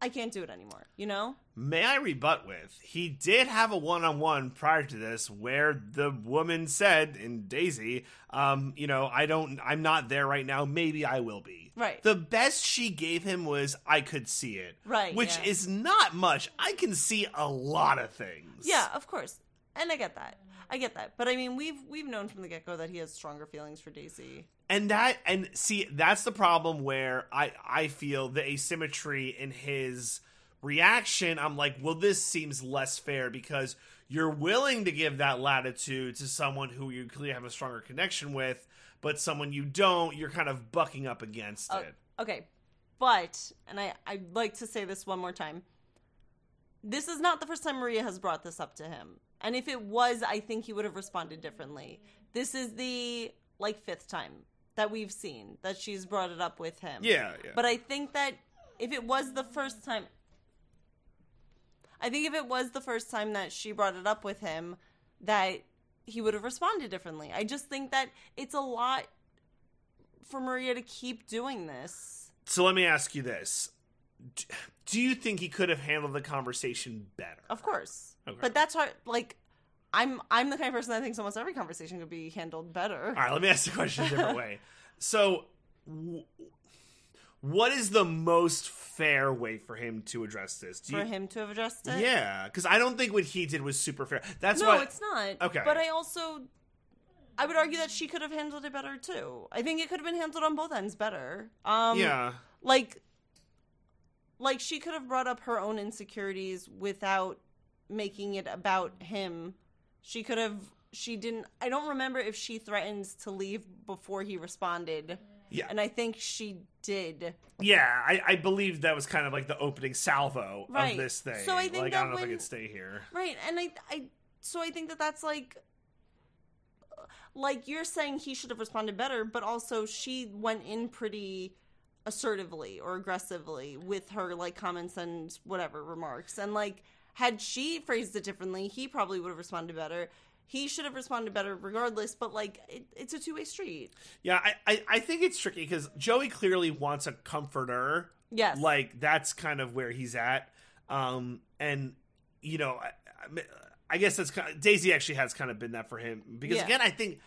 Speaker 1: I can't do it anymore. You know?
Speaker 2: May I rebut with he did have a one on one prior to this where the woman said in Daisy, um, you know, I don't I'm not there right now, maybe I will be.
Speaker 1: Right.
Speaker 2: The best she gave him was I could see it.
Speaker 1: Right,
Speaker 2: Which
Speaker 1: yeah.
Speaker 2: is not much. I can see a lot of things.
Speaker 1: Yeah, of course. And I get that. I get that. But I mean, we've we've known from the get go that he has stronger feelings for Daisy.
Speaker 2: and that and see that's the problem where i i feel the asymmetry in his reaction i'm like well this seems less fair because you're willing to give that latitude to someone who you clearly have a stronger connection with but someone you don't you're kind of bucking up against
Speaker 1: Oh,
Speaker 2: it
Speaker 1: Okay, but and I I'd like to say this one more time. This is not the first time Maria has brought this up to him, and if it was, I think he would have responded differently. This is the like fifth time that we've seen that she's brought it up with him.
Speaker 2: yeah yeah
Speaker 1: But I think that if it was the first time, I think if it was the first time that she brought it up with him, that he would have responded differently. I just think that it's a lot for Maria to keep doing this.
Speaker 2: so let me ask you this D- do you think he could have handled the conversation better
Speaker 1: Of course,
Speaker 2: Okay.
Speaker 1: but that's hard. Like, I'm I'm the kind of person that thinks almost every conversation could be handled better.
Speaker 2: All right, let me ask the question a different way. So, w- what is the most fair way for him to address this? Do
Speaker 1: for
Speaker 2: you-
Speaker 1: him to have addressed it.
Speaker 2: yeah, because I don't think what he did was super fair. That's
Speaker 1: no,
Speaker 2: why.
Speaker 1: it's not.
Speaker 2: Okay.
Speaker 1: But I also, I would argue that she could have handled it better too. I think it could have been handled on both ends better. Um,
Speaker 2: yeah,
Speaker 1: Like, like she could have brought up her own insecurities without making it about him. She could have. She didn't. I don't remember if she threatens to leave before he responded,
Speaker 2: yeah,
Speaker 1: and I think she did.
Speaker 2: yeah. I, I believe that was kind of like the opening salvo
Speaker 1: Right.
Speaker 2: of this thing.
Speaker 1: So I think
Speaker 2: like,
Speaker 1: that
Speaker 2: I don't know if I
Speaker 1: when-
Speaker 2: could stay here.
Speaker 1: Right, and I, I, so I think that that's like, like you're saying he should have responded better, but also she went in pretty assertively or aggressively with her like comments and whatever remarks, and like had she phrased it differently, he probably would have responded better. He should have responded better regardless, but like it, it's a two way street.
Speaker 2: Yeah, I, I, I think it's tricky because Joey clearly wants a comforter.
Speaker 1: Yes,
Speaker 2: like that's kind of where he's at um and you know i, I- I guess that's kind daisy actually has kind of been that for him because
Speaker 1: Yeah.
Speaker 2: again i think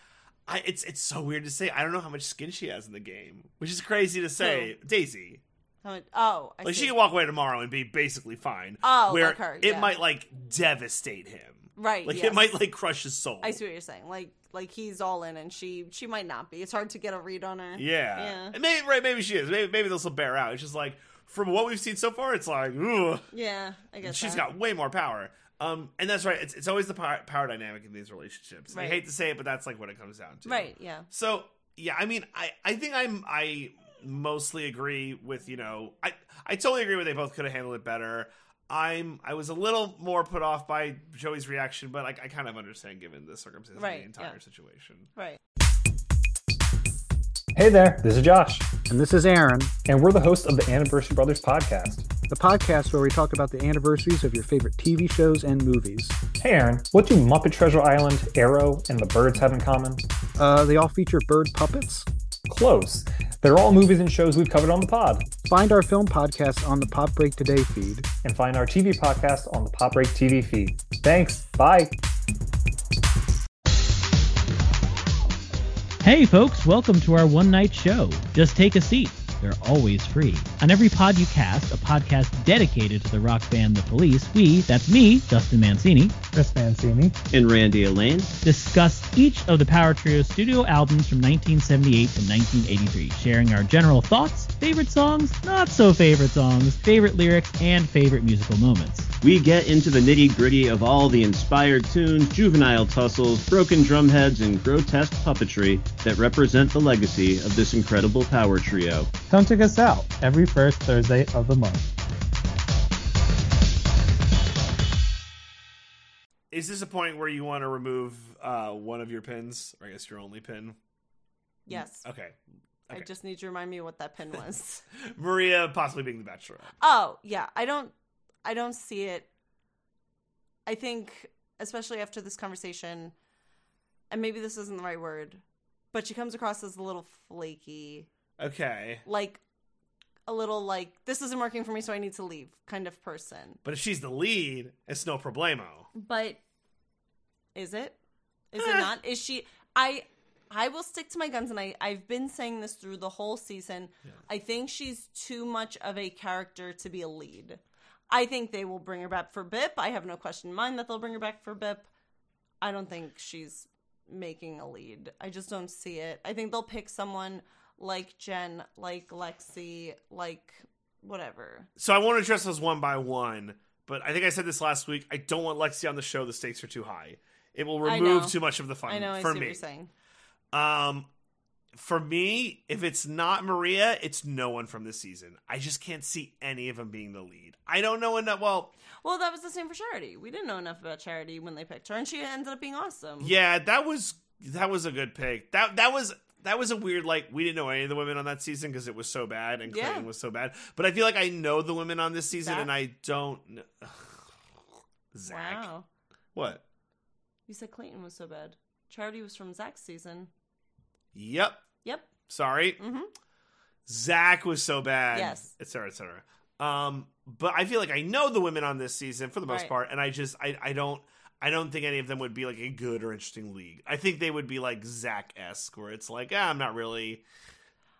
Speaker 2: I, it's it's so weird to say i don't know how much skin she has in the game which is crazy to say daisy
Speaker 1: How much- oh, I
Speaker 2: like
Speaker 1: see.
Speaker 2: she can walk away tomorrow and be basically fine
Speaker 1: Oh,
Speaker 2: where
Speaker 1: like her,
Speaker 2: it
Speaker 1: yeah.
Speaker 2: might like devastate him
Speaker 1: right.
Speaker 2: like
Speaker 1: yes.
Speaker 2: it might like crush his soul
Speaker 1: I see what you're saying. Like like he's all in, and she she might not be. It's hard to get a read on her.
Speaker 2: yeah,
Speaker 1: Yeah.
Speaker 2: And maybe right maybe she is maybe, maybe this will bear out it's just like from what we've seen so far it's like ugh.
Speaker 1: Yeah, I guess
Speaker 2: She's
Speaker 1: that.
Speaker 2: got way more power. Um, and that's right. It's, it's always the power, power dynamic in these relationships. I
Speaker 1: Right.
Speaker 2: hate to say it, but that's like what it comes down to.
Speaker 1: right. Yeah,
Speaker 2: So yeah, I mean, I I think I'm I mostly agree with you know I I totally agree with they both could have handled it better. I'm I was a little more put off by Joey's reaction, but like I kind of understand given the circumstances of
Speaker 1: Right,
Speaker 2: the entire
Speaker 1: yeah.
Speaker 2: situation.
Speaker 1: right.
Speaker 3: Hey there, this is Josh,
Speaker 4: And this is Aaron,
Speaker 3: and we're the hosts of the Anniversary Brothers podcast.
Speaker 4: the podcast where we talk about the anniversaries of your favorite TV shows and movies.
Speaker 3: Hey, Aaron, what do Muppet Treasure Island, Arrow, and the Birds have in common?
Speaker 4: Uh, they all feature bird puppets.
Speaker 3: Close. They're all movies and shows we've covered on the pod,
Speaker 4: Find our film podcast on the Pop Break Today feed.
Speaker 3: and find our TV podcast on the Pop Break TV feed. Thanks. Bye.
Speaker 5: Hey, folks, welcome to our one night show. Just take a seat. They're always free. On every pod you cast, a podcast dedicated to the rock band The Police, we, that's me, Dustin Mancini,
Speaker 3: This man see me.
Speaker 6: and Randy Elaine.
Speaker 5: discuss each of the Power Trio studio albums from 1978 to 1983, sharing our general thoughts, favorite songs, not so favorite songs, favorite lyrics, and favorite musical moments.
Speaker 6: We get into the nitty gritty of all the inspired tunes, juvenile tussles, broken drumheads, and grotesque puppetry that represent the legacy of this incredible power trio.
Speaker 3: Come check us out every first Thursday of the month.
Speaker 2: Is this a point where you want to remove uh, one of your pins, or I guess your only pin?
Speaker 1: Yes.
Speaker 2: Okay,
Speaker 1: I just need you to remind me what that pin was.
Speaker 2: Maria possibly being the bachelorette.
Speaker 1: oh yeah, I don't I don't see it. I think especially after this conversation, and maybe this isn't the right word, but she comes across as a little flaky.
Speaker 2: Okay.
Speaker 1: Like a little like this isn't working for me, so I need to leave kind of person.
Speaker 2: But if she's the lead, it's no problemo.
Speaker 1: But is it? Is it
Speaker 2: Eh.
Speaker 1: not? Is she? I I will stick to my guns, and I I've been saying this through the whole season. I think she's too much of a character to be a lead. I think they will bring her back for Bip. I have no question in mind that they'll bring her back for Bip. I don't think she's making a lead. I just don't see it. I think they'll pick someone like Jen, like Lexi, like whatever.
Speaker 2: So I won't address those one by one, but I think I said this last week. I don't want Lexi on the show. The stakes are too high. It will
Speaker 1: I
Speaker 2: remove
Speaker 1: know.
Speaker 2: too much of the fun
Speaker 1: I know. I
Speaker 2: for
Speaker 1: see
Speaker 2: me.
Speaker 1: what you're saying.
Speaker 2: Um, for me, if it's not Maria, it's no one from this season. I just can't see any of them being the lead. I don't know enough. Well,
Speaker 1: Well, that was the same for Charity. We didn't know enough about Charity when they picked her, and she ended up being awesome.
Speaker 2: yeah, that was that was a good pick. That that was that was a weird like we didn't know any of the women on that season because it was so bad and
Speaker 1: Yeah.
Speaker 2: Clayton was so bad. But I feel like I know the women on this season,
Speaker 1: Zach?
Speaker 2: and I don't. Know. Zach,
Speaker 1: Wow.
Speaker 2: what?
Speaker 1: You said Clayton was so bad. Charity was from Zach's season.
Speaker 2: Yep.
Speaker 1: Yep.
Speaker 2: Sorry.
Speaker 1: hmm
Speaker 2: Zach was so bad.
Speaker 1: Yes.
Speaker 2: Et cetera, et cetera. Um, but I feel like I know the women on this season for the most
Speaker 1: Right.
Speaker 2: part, and I just I, I don't I don't think any of them would be like a good or interesting league. I think they would be like Zach esque, where it's like, ah, I'm not really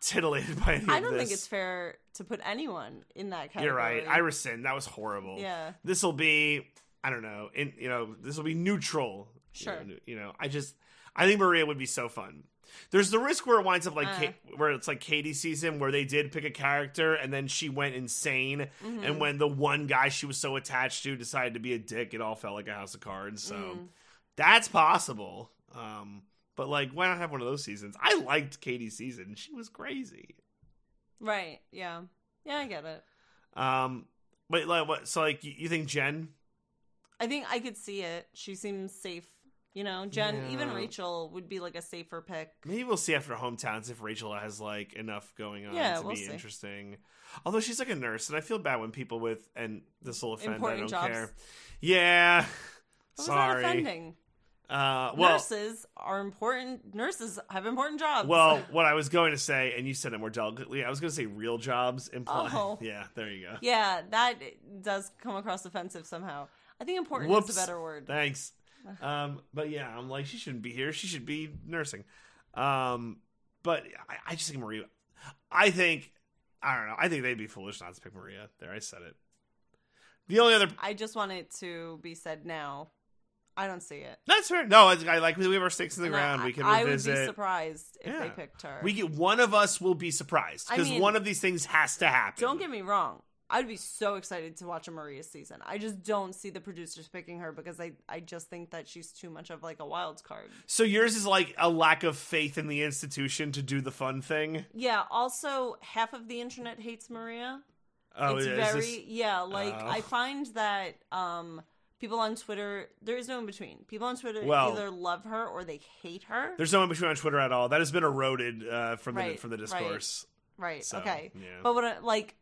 Speaker 2: titillated by any
Speaker 1: I
Speaker 2: of
Speaker 1: don't think
Speaker 2: this."
Speaker 1: it's fair to put anyone in that category.
Speaker 2: You're right. I rescind. That was horrible.
Speaker 1: Yeah.
Speaker 2: This will be I don't know, in you know, this will be neutral. You
Speaker 1: Sure.
Speaker 2: know, You know, I just I think Maria would be so fun. There's the risk where it winds up like
Speaker 1: Uh.
Speaker 2: Ka- where it's like Katie's season where they did pick a character and then she went insane
Speaker 1: Mhm.
Speaker 2: and when the one guy she was so attached to decided to be a dick, it all felt like a house of cards. So
Speaker 1: Mm.
Speaker 2: that's possible. Um but like why not have one of those seasons? I liked Katie's season. She was crazy.
Speaker 1: Right. Yeah. Yeah, I get it.
Speaker 2: Um but like what so like you, you think Jen
Speaker 1: I think I could see it. She seems safe. You know, Jen, even
Speaker 2: Yeah.
Speaker 1: Rachel would be like a safer pick.
Speaker 2: Maybe we'll see after hometowns if Rachel has like enough going on
Speaker 1: Yeah,
Speaker 2: to
Speaker 1: we'll
Speaker 2: be
Speaker 1: see.
Speaker 2: interesting. Although she's like a nurse, and I feel bad when people with and this will offend.
Speaker 1: Important
Speaker 2: I don't
Speaker 1: jobs.
Speaker 2: care. Yeah,
Speaker 1: What was that
Speaker 2: sorry.
Speaker 1: offending?
Speaker 2: Uh, well,
Speaker 1: nurses are important. Nurses have important jobs.
Speaker 2: well, what I was going to say, and you said it more delicately. I was going to say real jobs imply.
Speaker 1: Oh.
Speaker 2: Yeah, there you go.
Speaker 1: yeah, that does come across offensive somehow. I think important
Speaker 2: Whoops.
Speaker 1: is a better word.
Speaker 2: Thanks. Um, but yeah, I'm like, she shouldn't be here. She should be nursing. Um, but I, I just think Maria. I think I don't know. I think they'd be foolish not to pick Maria. There, I said it. The only other
Speaker 1: I just want it to be said now. I don't see it.
Speaker 2: that's fair. No, I, I like we have our stakes in the
Speaker 1: And
Speaker 2: ground.
Speaker 1: I,
Speaker 2: we can
Speaker 1: I would be
Speaker 2: revisit.
Speaker 1: surprised if they
Speaker 2: Yeah.
Speaker 1: picked her.
Speaker 2: we get one of us will be surprised
Speaker 1: I
Speaker 2: because
Speaker 1: mean,
Speaker 2: one of these things has to happen.
Speaker 1: don't get me wrong. I'd be so excited to watch a Maria season. I just don't see the producers picking her because I, I just think that she's too much of like a wild card.
Speaker 2: So yours is like a lack of faith in the institution to do the fun thing.
Speaker 1: Yeah, also half of the internet hates Maria.
Speaker 2: Oh,
Speaker 1: it's
Speaker 2: yeah, is
Speaker 1: very
Speaker 2: this-
Speaker 1: yeah like
Speaker 2: Oh.
Speaker 1: i find that um people on twitter there is no in between people on twitter
Speaker 2: Well-
Speaker 1: either love her or they hate her
Speaker 2: There's no in between on Twitter at all. That has been eroded uh, from the
Speaker 1: Right,
Speaker 2: from the
Speaker 1: right.
Speaker 2: discourse.
Speaker 1: right
Speaker 2: so,
Speaker 1: okay
Speaker 2: yeah.
Speaker 1: but what I, like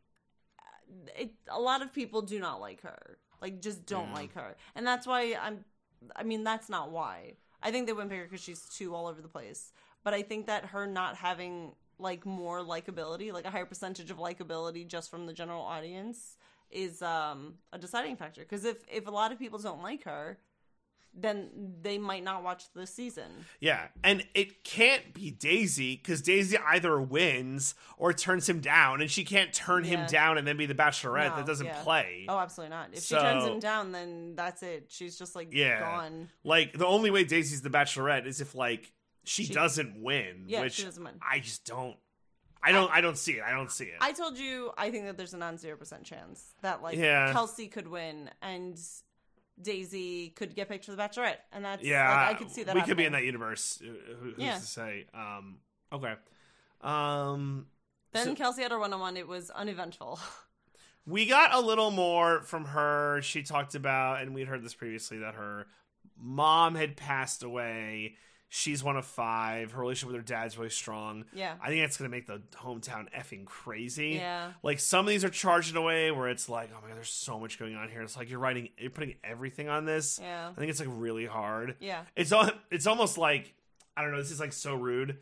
Speaker 1: it, a lot of people do not like her like just don't
Speaker 2: Yeah.
Speaker 1: like her and that's why i'm i mean that's not why i think they wouldn't pick her because she's too all over the place but i think that her not having like more likability like a higher percentage of likability just from the general audience is um a deciding factor because if if a lot of people don't like her then they might not watch this season
Speaker 2: Yeah, and it can't be Daisy because Daisy either wins or turns him down, and she can't turn him
Speaker 1: Yeah.
Speaker 2: down and then be the Bachelorette.
Speaker 1: No,
Speaker 2: that doesn't
Speaker 1: yeah.
Speaker 2: play.
Speaker 1: oh absolutely not if she turns
Speaker 2: So-
Speaker 1: him down then that's it she's just like
Speaker 2: Yeah.
Speaker 1: gone
Speaker 2: Like the only way Daisy's the Bachelorette is if like she,
Speaker 1: She-
Speaker 2: doesn't win,
Speaker 1: yeah
Speaker 2: which
Speaker 1: she doesn't win
Speaker 2: I just don't. I don't. I, don't see it. I don't see it.
Speaker 1: I told you I think that there's a non zero percent chance that like
Speaker 2: Yeah.
Speaker 1: Kelsey could win and Daisy could get picked for the Bachelorette, and that's
Speaker 2: yeah,
Speaker 1: like, I could see that.
Speaker 2: We could be in that
Speaker 1: happening.
Speaker 2: universe. Uh, Who, who's
Speaker 1: Yeah.
Speaker 2: to say? Um. Okay. Um.
Speaker 1: Then
Speaker 2: so-
Speaker 1: Kelsey had her one on one. It was uneventful.
Speaker 2: We got a little more from her. She talked about, and we'd heard this previously, that her mom had passed away. She's one of five. Her relationship with her dad's really strong.
Speaker 1: yeah,
Speaker 2: I think that's going to make the hometown effing crazy.
Speaker 1: yeah,
Speaker 2: Like some of these are charged in a way where it's like, oh my god, there's so much going on here. It's like you're writing, you're putting everything on this.
Speaker 1: yeah,
Speaker 2: I think it's like really hard.
Speaker 1: yeah.
Speaker 2: It's all, it's almost like I don't know. This is like so rude,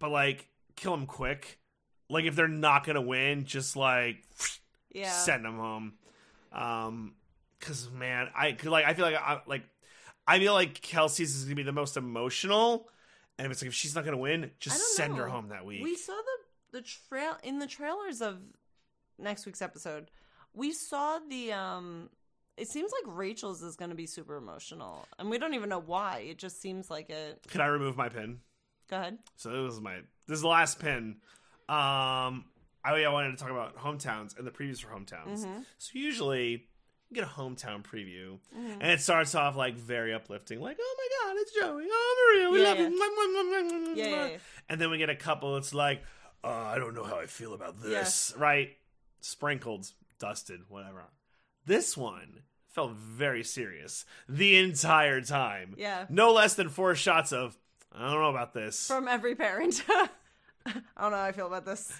Speaker 2: but like kill him quick. Like if they're not gonna win, just like
Speaker 1: Yeah.
Speaker 2: send them home. Um, cause man, I cause, like I feel like I like I feel like Kelsey's is gonna be the most emotional, and if it's like if she's not gonna win,
Speaker 1: I
Speaker 2: just
Speaker 1: don't
Speaker 2: send her
Speaker 1: know.
Speaker 2: home that week.
Speaker 1: We saw the the trail in the trailers of next week's episode. We saw the um it seems like Rachel's is going to be super emotional. And we don't even know why. It just seems like it.
Speaker 2: Can I remove my pin?
Speaker 1: Go ahead.
Speaker 2: So this is my this is the last pin. Um, I, I wanted to talk about hometowns and the previews for hometowns.
Speaker 1: Mhm.
Speaker 2: So usually you get a hometown preview,
Speaker 1: Mm-hmm.
Speaker 2: and it starts off like very uplifting, like "Oh my God, it's Joey! Oh Maria, we
Speaker 1: Yeah,
Speaker 2: love
Speaker 1: yeah.
Speaker 2: you!" Mwah, mwah, mwah, mwah,
Speaker 1: Yeah, yeah,
Speaker 2: mwah.
Speaker 1: yeah.
Speaker 2: And then we get a couple. It's like uh, I don't know how I feel about this, right? Sprinkled, dusted, whatever. This one felt very serious the entire time.
Speaker 1: Yeah.
Speaker 2: No less than four shots of I don't know about this.
Speaker 1: From every parent. I don't know how I feel about this.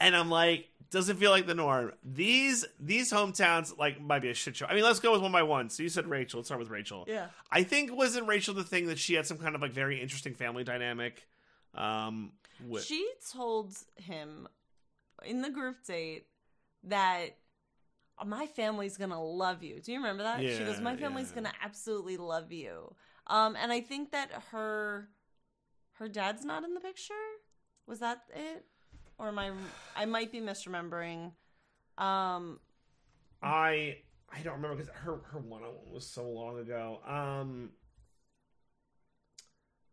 Speaker 2: and I'm like, doesn't feel like the norm. These these hometowns like might be a shit show. I mean, let's go with one by one. So you said Rachel. Let's start with Rachel.
Speaker 1: Yeah.
Speaker 2: I think wasn't Rachel the thing that she had some kind of like very interesting family dynamic. Um, with,
Speaker 1: She told him in the group date that my family's gonna love you. Do you remember that? she goes,
Speaker 2: Yeah,
Speaker 1: "My family's
Speaker 2: yeah.
Speaker 1: gonna absolutely love you." Um, and I think that her her dad's not in the picture. Was that it? Or am I? I might be misremembering. Um,
Speaker 2: I I don't remember because her her one on one was so long ago. Um,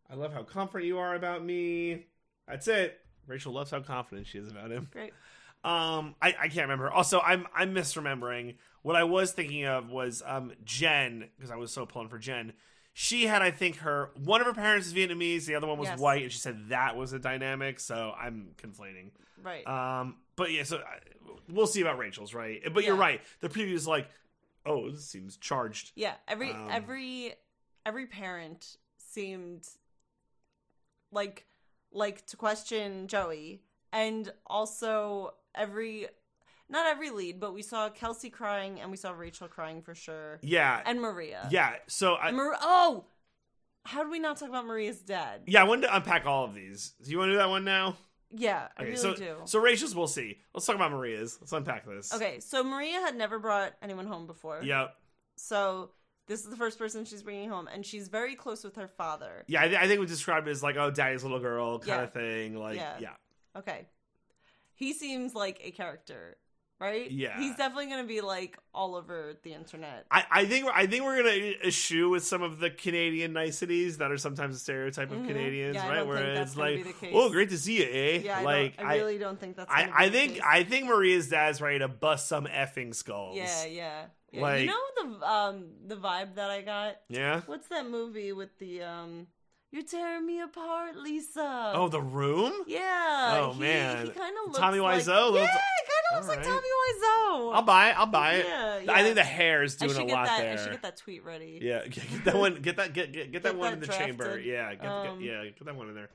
Speaker 2: I love how confident you are about me. That's it. Rachel loves how confident she is about him.
Speaker 1: great.
Speaker 2: Um, I, I can't remember. Also, I'm I'm misremembering. What I was thinking of was um Jen because I was so pulling for Jen. She had, I think, her one of her parents is Vietnamese, the other one was
Speaker 1: Yes.
Speaker 2: white, and she said that was the dynamic. So I'm conflating.
Speaker 1: Right.
Speaker 2: Um, but yeah, so I, we'll see about Rachel's right. But you're
Speaker 1: Yeah.
Speaker 2: right. The preview is like, oh, this seems charged.
Speaker 1: Yeah, every
Speaker 2: Um,
Speaker 1: every every parent seemed like like to question Joey and also every not every lead, but we saw Kelsey crying and we saw Rachel crying for sure.
Speaker 2: Yeah,
Speaker 1: And Maria.
Speaker 2: yeah. So I,
Speaker 1: And Mar- oh. How did we not talk about Maria's dad?
Speaker 2: yeah, I wanted to unpack all of these. Do you want to do that one now?
Speaker 1: Yeah, I really
Speaker 2: so
Speaker 1: do.
Speaker 2: so Rachel's, we'll see. Let's talk about Maria's. Let's unpack this.
Speaker 1: okay, so Maria had never brought anyone home before.
Speaker 2: Yep.
Speaker 1: So this is the first person she's bringing home and she's very close with her father.
Speaker 2: Yeah, I, th- I think we described it as like, oh, daddy's little girl kind
Speaker 1: Yeah.
Speaker 2: of thing. Like, yeah.
Speaker 1: Yeah. Okay. He seems like a character, right?
Speaker 2: Yeah.
Speaker 1: He's definitely going to be like all over the internet.
Speaker 2: I, I think I think we're gonna e-, eschew with some of the Canadian niceties that are sometimes a stereotype of
Speaker 1: Mhm.
Speaker 2: Canadians,
Speaker 1: Yeah, I
Speaker 2: right?
Speaker 1: don't
Speaker 2: Where
Speaker 1: think that's
Speaker 2: it's
Speaker 1: gonna
Speaker 2: like,
Speaker 1: be the case.
Speaker 2: oh, great to see you, eh?
Speaker 1: yeah, I,
Speaker 2: like
Speaker 1: don't, I really don't think that's.
Speaker 2: I,
Speaker 1: gonna be
Speaker 2: I
Speaker 1: the
Speaker 2: think
Speaker 1: case.
Speaker 2: I think Maria's dad's ready to bust some effing skulls.
Speaker 1: Yeah, yeah. yeah.
Speaker 2: Like-
Speaker 1: you know the um the vibe that I got.
Speaker 2: Yeah?
Speaker 1: What's that movie with the um? You're tearing me apart, Lisa.
Speaker 2: Oh, the room.
Speaker 1: yeah.
Speaker 2: Oh,
Speaker 1: he,
Speaker 2: man.
Speaker 1: he kind of looks
Speaker 2: Tommy
Speaker 1: like,
Speaker 2: Wiseau?
Speaker 1: Yeah,
Speaker 2: Little-
Speaker 1: kind of looks like
Speaker 2: Alright.
Speaker 1: Tommy Wiseau.
Speaker 2: I'll buy it. I'll buy it.
Speaker 1: Yeah,
Speaker 2: I
Speaker 1: yeah.
Speaker 2: think the hair is
Speaker 1: I
Speaker 2: doing
Speaker 1: should
Speaker 2: a
Speaker 1: get
Speaker 2: lot
Speaker 1: that.
Speaker 2: there.
Speaker 1: I should get that tweet ready.
Speaker 2: Yeah, get, get that one. Get that. Get get, get that
Speaker 1: Get
Speaker 2: one
Speaker 1: that
Speaker 2: in the
Speaker 1: drafted.
Speaker 2: chamber. Yeah, get,
Speaker 1: Um,
Speaker 2: get, yeah, get that one in there.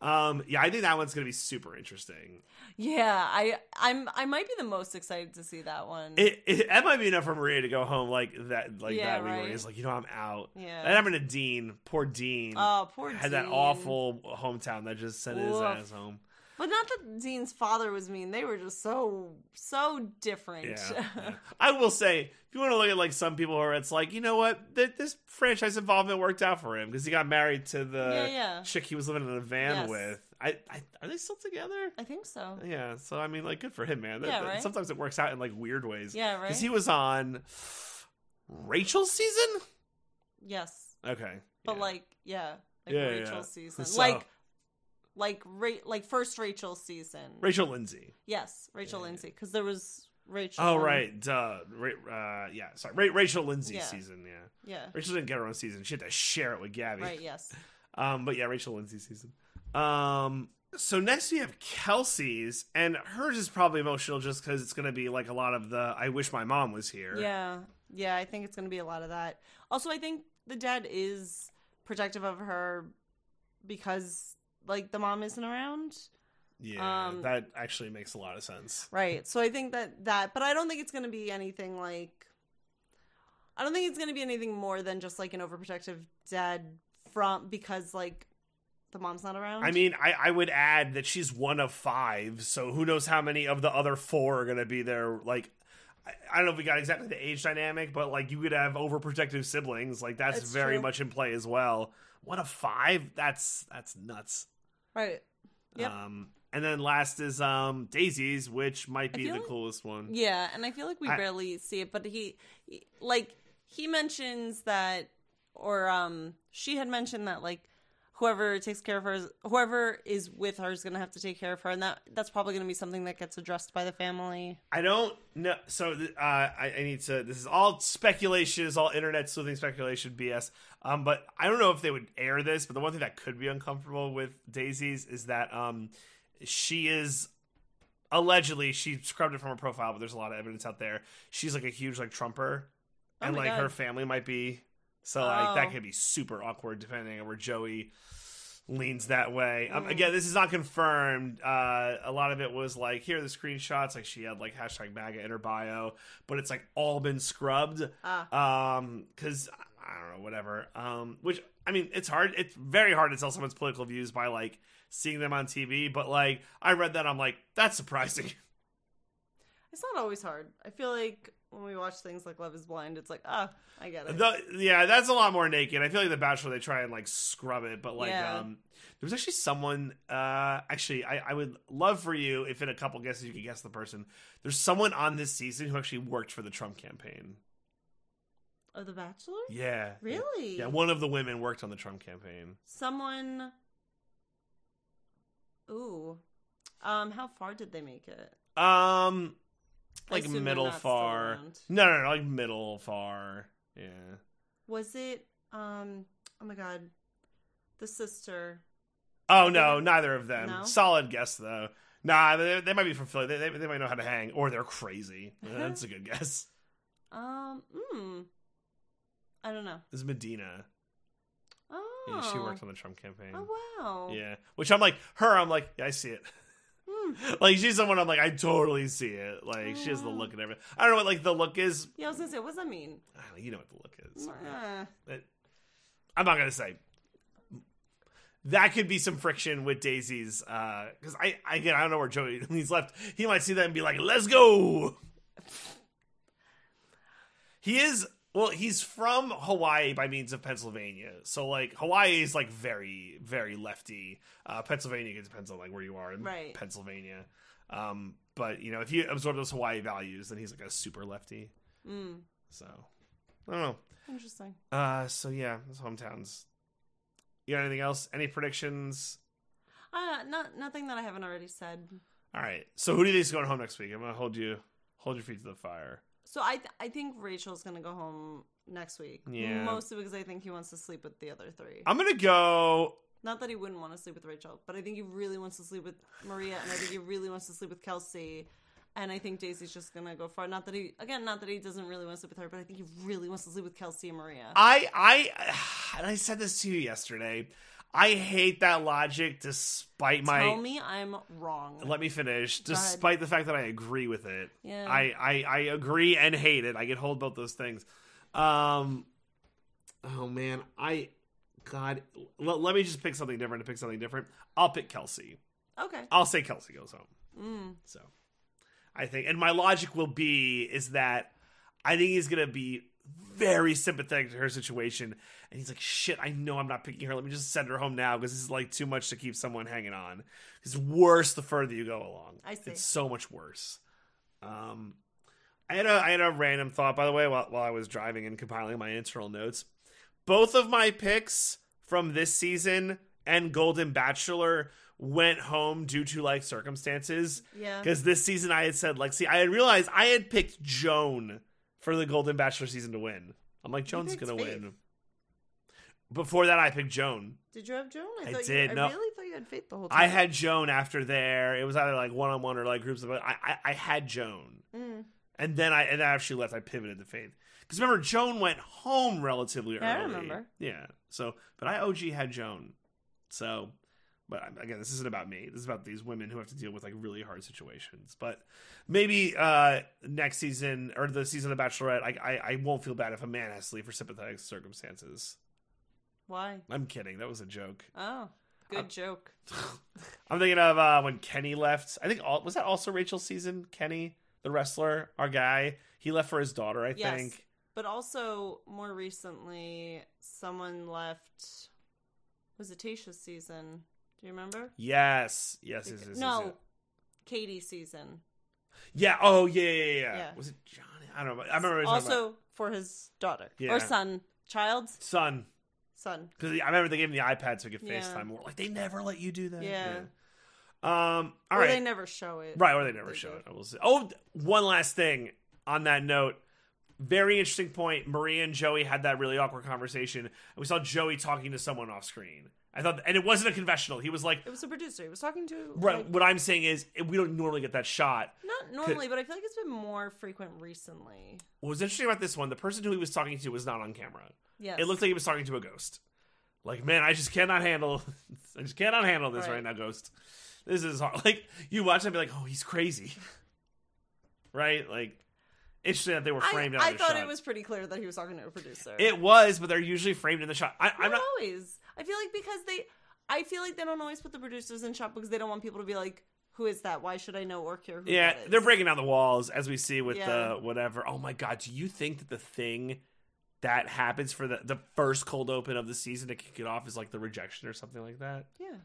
Speaker 2: Um, yeah, I think that one's gonna be super interesting.
Speaker 1: Yeah, I I'm I might be the most excited to see that one.
Speaker 2: It, it that might be enough for Maria to go home like that. Like
Speaker 1: Yeah,
Speaker 2: that week. where
Speaker 1: right.
Speaker 2: It's like you know I'm out.
Speaker 1: Yeah.
Speaker 2: That happened to Dean. Poor Dean.
Speaker 1: oh, poor
Speaker 2: Had that
Speaker 1: Dean.
Speaker 2: awful hometown that just sent his
Speaker 1: Woof.
Speaker 2: ass home.
Speaker 1: But not that Dean's father was mean. They were just so so different.
Speaker 2: Yeah, yeah. I will say, if you want to look at like some people who are, it's like, you know what, Th- this franchise involvement worked out for him because he got married to the
Speaker 1: Yeah, yeah.
Speaker 2: chick he was living in a
Speaker 1: Yes.
Speaker 2: van with. I, I are they still together?
Speaker 1: I think so.
Speaker 2: Yeah, so I mean, like, good for him, man. That-
Speaker 1: Yeah,
Speaker 2: that-
Speaker 1: right?
Speaker 2: Sometimes it works out in like weird ways.
Speaker 1: Yeah, right.
Speaker 2: Because he was on Rachel's season.
Speaker 1: yes,
Speaker 2: Okay,
Speaker 1: but
Speaker 2: yeah.
Speaker 1: like yeah, like
Speaker 2: Yeah, yeah,
Speaker 1: Rachel
Speaker 2: yeah.
Speaker 1: season,
Speaker 2: So-
Speaker 1: like like ra- like first Rachel season.
Speaker 2: Rachel Lindsay.
Speaker 1: yes, Rachel
Speaker 2: Yeah, yeah.
Speaker 1: Lindsay, because there was Rachel.
Speaker 2: Oh right, duh. Ra- uh, yeah, sorry, Ra- Rachel Lindsay
Speaker 1: Yeah.
Speaker 2: season. Yeah,
Speaker 1: Yeah.
Speaker 2: Rachel didn't get her own season. She had to share it with Gabby.
Speaker 1: Right. Yes.
Speaker 2: Um, but yeah, Rachel Lindsay season. Um, so next we have Kelsey's, and hers is probably emotional just because it's going to be like a lot of the "I wish my mom was here."
Speaker 1: Yeah. Yeah, I think it's going to be a lot of that. Also, I think the dad is protective of her because like the mom isn't around.
Speaker 2: yeah,
Speaker 1: Um,
Speaker 2: that actually makes a lot of sense.
Speaker 1: Right. So I think that that but I don't think it's going to be anything like I don't think it's going to be anything more than just like an overprotective dad from because like the mom's not around.
Speaker 2: I mean, I, I would add that she's one of five, so who knows how many of the other four are going to be there. Like, I, I don't know if we got exactly the age dynamic, but like you could have overprotective siblings. Like that's,
Speaker 1: That's
Speaker 2: very
Speaker 1: true.
Speaker 2: much in play as well. One of five? That's that's nuts.
Speaker 1: right? Yep.
Speaker 2: Um, and then last is um Daisy's, which might
Speaker 1: I
Speaker 2: be the
Speaker 1: feel like-
Speaker 2: coolest one.
Speaker 1: Yeah, and I feel like we
Speaker 2: I-
Speaker 1: barely see it, but he, he- like, he mentions that, or um, she had mentioned that, like, whoever takes care of her, is- whoever is with her is gonna have to take care of her, and that that's probably gonna be something that gets addressed by the family.
Speaker 2: I don't know. So th- uh, I, I need to. This is all speculation. Is all internet sleuthing speculation BS. Um, but I don't know if they would air this. But the one thing that could be uncomfortable with Daisy's is that um, she is allegedly she scrubbed it from her profile, but there's a lot of evidence out there. She's like a huge like Trumper,
Speaker 1: Oh
Speaker 2: and
Speaker 1: my
Speaker 2: like
Speaker 1: God.
Speaker 2: her family might be. So like
Speaker 1: Oh.
Speaker 2: that could be super awkward depending on where Joey leans that way. Um,
Speaker 1: Mm.
Speaker 2: again, this is not confirmed. Uh, a lot of it was like here are the screenshots. Like she had like hashtag MAGA in her bio, but it's like all been scrubbed.
Speaker 1: Ah,
Speaker 2: Um, because I don't know, whatever. Um, which I mean, it's hard. It's very hard to tell someone's political views by like seeing them on TV. But like I read that, I'm like that's surprising.
Speaker 1: it's not always hard. I feel like when we watch things like Love Is Blind, it's like, ah, I get it.
Speaker 2: The, yeah, that's a lot more naked. I feel like The Bachelor they try and like scrub it, but like
Speaker 1: Yeah.
Speaker 2: um there was actually someone uh actually I, I would love for you if in a couple guesses you could guess the person. There's someone on this season who actually worked for the Trump campaign.
Speaker 1: oh, The Bachelor,
Speaker 2: Yeah.
Speaker 1: really?
Speaker 2: Yeah, one of the women worked on the Trump campaign.
Speaker 1: Someone. Ooh, um, how far did they make it?
Speaker 2: Um
Speaker 1: I
Speaker 2: like
Speaker 1: assume they're
Speaker 2: middle
Speaker 1: not still
Speaker 2: far.
Speaker 1: around.
Speaker 2: No, no, no, like middle far. Yeah.
Speaker 1: Was it um oh my god. The sister.
Speaker 2: Oh
Speaker 1: Neither
Speaker 2: no,
Speaker 1: of-
Speaker 2: neither of them.
Speaker 1: No?
Speaker 2: Solid guess though. Nah, they, they might be from Philly. They, they, they might know how to hang, or they're crazy.
Speaker 1: Uh-huh.
Speaker 2: That's a good guess.
Speaker 1: Um mm. I don't know.
Speaker 2: This is Medina.
Speaker 1: Oh.
Speaker 2: Yeah, she worked on the Trump campaign.
Speaker 1: Oh wow.
Speaker 2: Yeah, which I'm like her. I'm like, yeah, I see it.
Speaker 1: Hmm.
Speaker 2: like she's someone I'm like, I totally see it. Like she has the
Speaker 1: Oh.
Speaker 2: look and everything. I don't know what like the look is.
Speaker 1: Yeah, I was gonna say, what does that mean?
Speaker 2: I don't know, you know what the look is.
Speaker 1: Uh,
Speaker 2: But I'm not gonna say. That could be some friction with Daisy's, because I, I again I don't know where Joey he's left. He might see that and be like, "Let's go." He is well. He's from Hawaii by means of Pennsylvania, so like Hawaii is like very very lefty. Uh, Pennsylvania it depends on like where you are in
Speaker 1: Right.
Speaker 2: Pennsylvania. Um, but you know if you absorb those Hawaii values, then he's like a super lefty.
Speaker 1: mm,
Speaker 2: So I don't know.
Speaker 1: interesting.
Speaker 2: Uh, so yeah, that's hometowns. You got anything else? Any predictions?
Speaker 1: Uh not nothing that I haven't already said.
Speaker 2: All right. So who do you think's going home next week? I'm gonna hold you, hold your feet to the fire.
Speaker 1: So I th- I think Rachel's gonna go home next week.
Speaker 2: Yeah.
Speaker 1: Mostly because I think he wants to sleep with the other three.
Speaker 2: I'm gonna go.
Speaker 1: Not that he wouldn't want to sleep with Rachel, but I think he really wants to sleep with Maria, and I think he really wants to sleep with Kelsey. And I think Daisy's just gonna go for it. Not that he, again, not that he doesn't really want to sleep with her, but I think he really wants to sleep with Kelsey and Maria.
Speaker 2: I I and I said this to you yesterday. I hate that logic, despite my.
Speaker 1: Tell me I'm wrong.
Speaker 2: Let me finish.
Speaker 1: Go ahead.
Speaker 2: Despite the fact that I agree with it,
Speaker 1: Yeah.
Speaker 2: I, I I agree and hate it. I can hold both those things. Um, oh man, I God, l- let me just pick something different. To pick something different, I'll pick Kelsey.
Speaker 1: okay.
Speaker 2: I'll say Kelsey goes home.
Speaker 1: Mm.
Speaker 2: So I think, and my logic will be is that I think he's gonna be very sympathetic to her situation, and he's like, "Shit, I know I'm not picking her. Let me just send her home now because this is like too much to keep someone hanging on. It's worse the further you go along.
Speaker 1: I see.
Speaker 2: It's so much worse." Um, I had a I had a random thought by the way while while I was driving and compiling my internal notes. Both of my picks from this season and Golden Bachelor went home due to like circumstances.
Speaker 1: Yeah.
Speaker 2: Because this season I had said, like, see, I had realized I had picked Joan for the Golden Bachelor season to win. I'm like, Joan's
Speaker 1: picked
Speaker 2: gonna
Speaker 1: Faith.
Speaker 2: win. Before that, I picked Joan.
Speaker 1: Did you have Joan?
Speaker 2: I
Speaker 1: thought
Speaker 2: did,
Speaker 1: You,
Speaker 2: no.
Speaker 1: I really thought you had faith the whole time.
Speaker 2: I had Joan after there. It was either like one on one or like groups of. I, I I had Joan,
Speaker 1: Mm.
Speaker 2: and then I and then after she left, I pivoted to Faith. Because remember, Joan went home relatively early.
Speaker 1: Yeah, I remember.
Speaker 2: Yeah. So, but I OG had Joan. So, but I'm- again, this isn't about me. This is about these women who have to deal with like really hard situations. But maybe uh next season or the season of The Bachelorette, I I, I won't feel bad if a man has to leave for sympathetic circumstances.
Speaker 1: Why?
Speaker 2: I'm kidding. That was a joke.
Speaker 1: Oh. Good joke.
Speaker 2: I'm thinking of uh, when Kenny left. I think all, was that also Rachel's season. Kenny, the wrestler, our guy, he left for his daughter. I
Speaker 1: Yes.
Speaker 2: think.
Speaker 1: But also, more recently, someone left. Was it Tasha's season? Do you remember?
Speaker 2: Yes. Yes. yes, yes, yes,
Speaker 1: no,
Speaker 2: yes.
Speaker 1: Katie's season.
Speaker 2: Yeah. Oh, yeah, yeah, yeah. yeah.
Speaker 1: Yeah.
Speaker 2: Was it Johnny? I don't know. I remember. Also,
Speaker 1: Also for his daughter
Speaker 2: Yeah.
Speaker 1: or son, child's
Speaker 2: son.
Speaker 1: son.
Speaker 2: Because I remember they gave him the iPad so he could
Speaker 1: Yeah.
Speaker 2: FaceTime. We're like, they never let you do that.
Speaker 1: Yeah.
Speaker 2: Yeah. Um. All
Speaker 1: or
Speaker 2: right.
Speaker 1: they never show it.
Speaker 2: Right, or they never
Speaker 1: They
Speaker 2: show
Speaker 1: do.
Speaker 2: it. I will say. Oh, one last thing on that note. Very interesting point. Maria and Joey had that really awkward conversation. And we saw Joey talking to someone off screen. I thought, and it wasn't a confessional. He was like,
Speaker 1: It was a producer. He was talking to.
Speaker 2: right,
Speaker 1: like,
Speaker 2: what I'm saying is, we don't normally get that shot.
Speaker 1: not normally, but I feel like it's been more frequent recently.
Speaker 2: What was interesting about this one, the person who he was talking to was not on camera.
Speaker 1: Yes.
Speaker 2: It looked like he was talking to a ghost. Like, man, I just cannot handle, I just cannot handle this right,
Speaker 1: Right.
Speaker 2: now, ghost. This is hard. Like, you watch it and be like, oh, he's crazy. right? Like, interesting that they were framed
Speaker 1: I,
Speaker 2: out of
Speaker 1: I
Speaker 2: the
Speaker 1: thought
Speaker 2: shot.
Speaker 1: it was pretty clear that he was talking to a producer.
Speaker 2: It was, but they're usually framed in the shot. I, I'm
Speaker 1: not
Speaker 2: not.
Speaker 1: always. I feel like because they, I feel like they don't always put the producers in shop because they don't want people to be like, "Who is that? Why should I know or care who?"
Speaker 2: Yeah,
Speaker 1: that is?"
Speaker 2: they're breaking down the walls as we see with
Speaker 1: Yeah.
Speaker 2: the whatever. Oh my god, do you think that the thing that happens for the the first cold open of the season to kick it off is like the rejection or something like that?
Speaker 1: Yeah,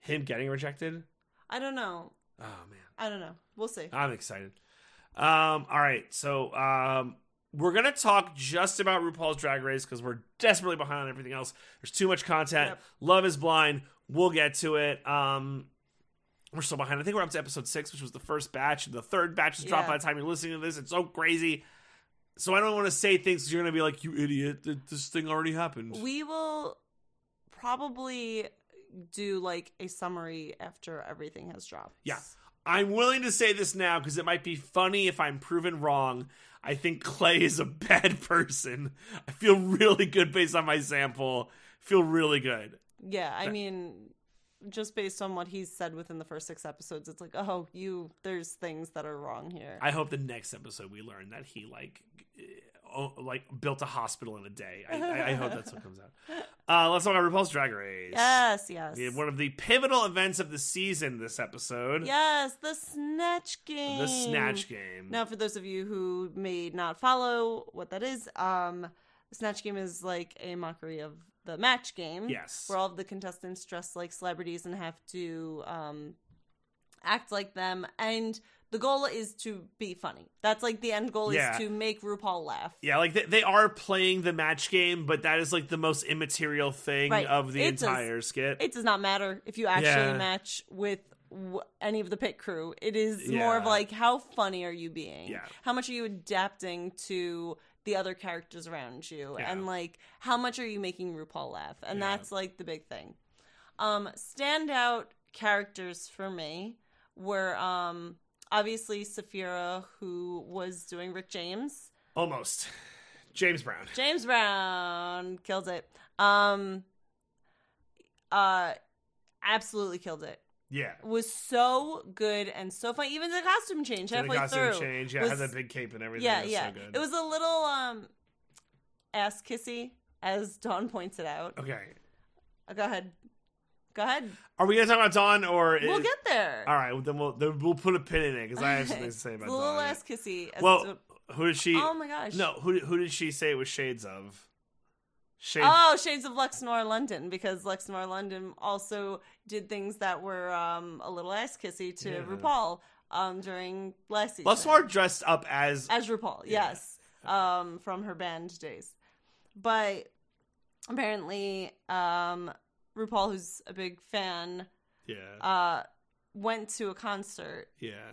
Speaker 2: Him getting rejected?
Speaker 1: I don't know.
Speaker 2: Oh man,
Speaker 1: I don't know. We'll see.
Speaker 2: I'm excited. Um, all right, so um, we're gonna talk just about RuPaul's Drag Race because we're desperately behind on everything else. There's too much content.
Speaker 1: Yep.
Speaker 2: Love is blind. We'll get to it. Um, we're still behind. I think we're up to episode six, which was the first batch. The third batch is dropped
Speaker 1: Yeah.
Speaker 2: by the time you're listening to this. It's so crazy. So I don't want to say things 'cause you're gonna be like, "You idiot! Th- This thing already happened."
Speaker 1: We will probably do like a summary after everything has dropped.
Speaker 2: Yeah. I'm willing to say this now because it might be funny if I'm proven wrong. I think Clay is a bad person. I feel really good based on my sample. Feel really good.
Speaker 1: Yeah, I mean, just based on what he's said within the first six episodes, it's like, oh, you, there's things that are wrong here.
Speaker 2: I hope the next episode we learn that he like eh, oh, like built a hospital in a day. I, I, I hope that's what comes out. Uh, let's talk about RuPaul's Drag Race.
Speaker 1: yes, yes.
Speaker 2: Yeah, One of the pivotal events of the season this episode.
Speaker 1: Yes, the snatch game.
Speaker 2: The Snatch Game.
Speaker 1: Now, for those of you who may not follow what that is, um, the snatch game is like a mockery of the match game.
Speaker 2: Yes.
Speaker 1: where all of the contestants dress like celebrities and have to um, act like them, and the goal is to be funny. That's like the end goal
Speaker 2: Yeah.
Speaker 1: is to make RuPaul laugh.
Speaker 2: Yeah, like they, they are playing the match game, but that is like the most immaterial thing
Speaker 1: Right.
Speaker 2: of the
Speaker 1: It's a-
Speaker 2: entire skit.
Speaker 1: It does not matter if you actually
Speaker 2: Yeah.
Speaker 1: match with w- any of the pit crew. It is more of
Speaker 2: Yeah.
Speaker 1: like how funny are you being?
Speaker 2: Yeah.
Speaker 1: How much are you adapting to the other characters around you?
Speaker 2: Yeah.
Speaker 1: And like how much are you making RuPaul laugh? And
Speaker 2: Yeah.
Speaker 1: that's like the big thing. Um standout characters for me were um obviously Safira who was doing Rick James.
Speaker 2: Almost. James Brown.
Speaker 1: James Brown killed it. Um uh absolutely killed it.
Speaker 2: Yeah.
Speaker 1: Was so good and so fun. Even the costume change
Speaker 2: Did
Speaker 1: halfway
Speaker 2: a costume
Speaker 1: through.
Speaker 2: change. Yeah,
Speaker 1: was-
Speaker 2: had that big cape and everything.
Speaker 1: yeah,
Speaker 2: That's
Speaker 1: yeah.
Speaker 2: So good.
Speaker 1: It was a little um ass kissy, as Dawn points it out.
Speaker 2: Okay.
Speaker 1: Uh, Go ahead. Go ahead.
Speaker 2: Are we gonna talk about Dawn or
Speaker 1: We'll
Speaker 2: is-
Speaker 1: get there.
Speaker 2: All right, well, then we'll then we'll put a pin in it because I have something to say about
Speaker 1: It's a little
Speaker 2: Dawn.
Speaker 1: ass kissy. As
Speaker 2: well, who did she?
Speaker 1: oh my gosh.
Speaker 2: no, who who did she say it was shades of? Shades.
Speaker 1: Oh, Shades of Lexnor London, because Lexnor London also did things that were um, a little ass kissy to
Speaker 2: Yeah.
Speaker 1: RuPaul um, during last season.
Speaker 2: Lesmore dressed up as
Speaker 1: as RuPaul,
Speaker 2: Yeah.
Speaker 1: yes, um, from her band days. But apparently, um, RuPaul, who's a big fan,
Speaker 2: yeah
Speaker 1: uh, went to a concert
Speaker 2: yeah.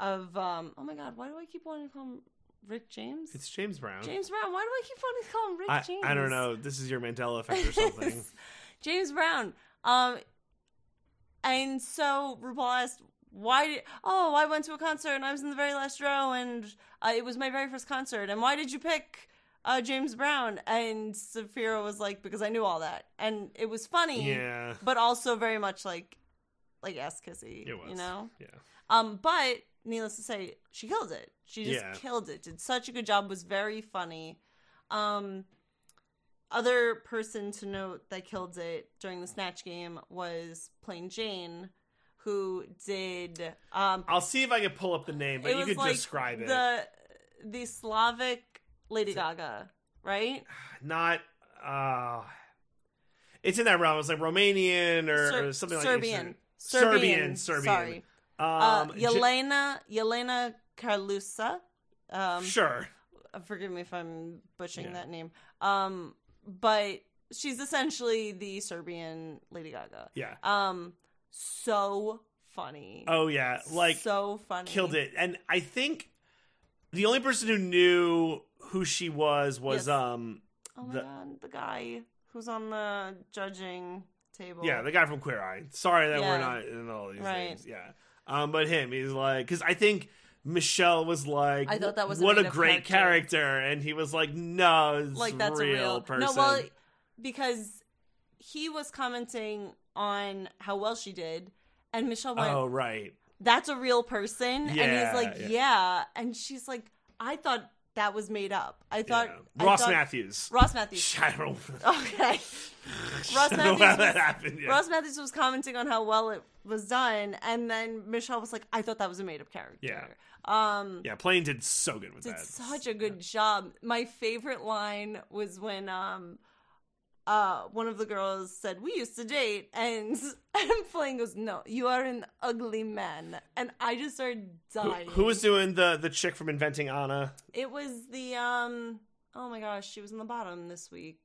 Speaker 1: of um, oh my god, why do I keep wanting to call him Rick James?
Speaker 2: It's James Brown.
Speaker 1: James Brown. Why do I keep wanting to call him Rick
Speaker 2: I,
Speaker 1: James?
Speaker 2: I don't know. This is your Mandela effect or something.
Speaker 1: James Brown. Um, and so RuPaul asked, "Why did? Oh, I went to a concert and I was in the very last row, and uh, it was my very first concert. And why did you pick uh, James Brown?" And Safira was like, "Because I knew all that, and it was funny,
Speaker 2: yeah.
Speaker 1: but also very much like, like ass kissy,
Speaker 2: It was.
Speaker 1: you know."
Speaker 2: Yeah.
Speaker 1: Um, but needless to say, she killed it. She just
Speaker 2: Yeah.
Speaker 1: killed it. Did such a good job. Was very funny. Um, other person to note that killed it during the snatch game was Plain Jane, who did. Um,
Speaker 2: I'll see if I can pull up the name, but
Speaker 1: it
Speaker 2: you
Speaker 1: was
Speaker 2: could
Speaker 1: like
Speaker 2: describe it.
Speaker 1: the the Slavic Lady Gaga, right?
Speaker 2: Not. Uh, it's in that realm. It's like Romanian or,
Speaker 1: Ser-
Speaker 2: or something
Speaker 1: Serbian.
Speaker 2: like
Speaker 1: Serbian.
Speaker 2: Serbian. Serbian.
Speaker 1: Sorry.
Speaker 2: Um,
Speaker 1: uh,
Speaker 2: Ja-
Speaker 1: Yelena Yelena Karlusa. Um,
Speaker 2: sure.
Speaker 1: uh, forgive me if I'm butchering
Speaker 2: Yeah.
Speaker 1: that name. Um, but she's essentially the Serbian Lady Gaga.
Speaker 2: Yeah.
Speaker 1: Um, so funny.
Speaker 2: Oh yeah. Like
Speaker 1: so funny.
Speaker 2: killed it. And I think the only person who knew who she was was
Speaker 1: Yes.
Speaker 2: um
Speaker 1: Oh my
Speaker 2: the-
Speaker 1: god, the guy who's on the judging table.
Speaker 2: yeah the guy from Queer Eye. Sorry that
Speaker 1: Yeah.
Speaker 2: we're not in all these
Speaker 1: Right.
Speaker 2: names. Yeah. Um, but him, he's like because I think. Michelle was like,
Speaker 1: I thought that was a
Speaker 2: what a
Speaker 1: made-up
Speaker 2: great
Speaker 1: character."
Speaker 2: character. and he was like, no, it's
Speaker 1: like that's
Speaker 2: real
Speaker 1: a real
Speaker 2: person.
Speaker 1: No, well, because he was commenting on how well she did, and Michelle went,
Speaker 2: oh right,
Speaker 1: "That's a real person,"
Speaker 2: Yeah,
Speaker 1: and he's like,
Speaker 2: yeah.
Speaker 1: yeah. and she's like, "I thought that was made up. I thought
Speaker 2: yeah.
Speaker 1: I
Speaker 2: Ross
Speaker 1: thought-
Speaker 2: Matthews.
Speaker 1: Ross Matthews.
Speaker 2: I don't.
Speaker 1: Okay,
Speaker 2: I don't
Speaker 1: Matthews
Speaker 2: know how
Speaker 1: was-
Speaker 2: that happened. Yeah.
Speaker 1: Ross Matthews was commenting on how well it was done, and then Michelle was like, "I thought that was a made up character."
Speaker 2: Yeah.
Speaker 1: Um.
Speaker 2: yeah, Plane did so good with
Speaker 1: did
Speaker 2: that.
Speaker 1: such a good job. My favorite line was when um uh one of the girls said, We used to date and and Flynn goes, No, you are an ugly man and I just started
Speaker 2: Who-
Speaker 1: dying.
Speaker 2: who was doing the the chick from Inventing Anna?
Speaker 1: it was the um oh my gosh, she was in the bottom this week.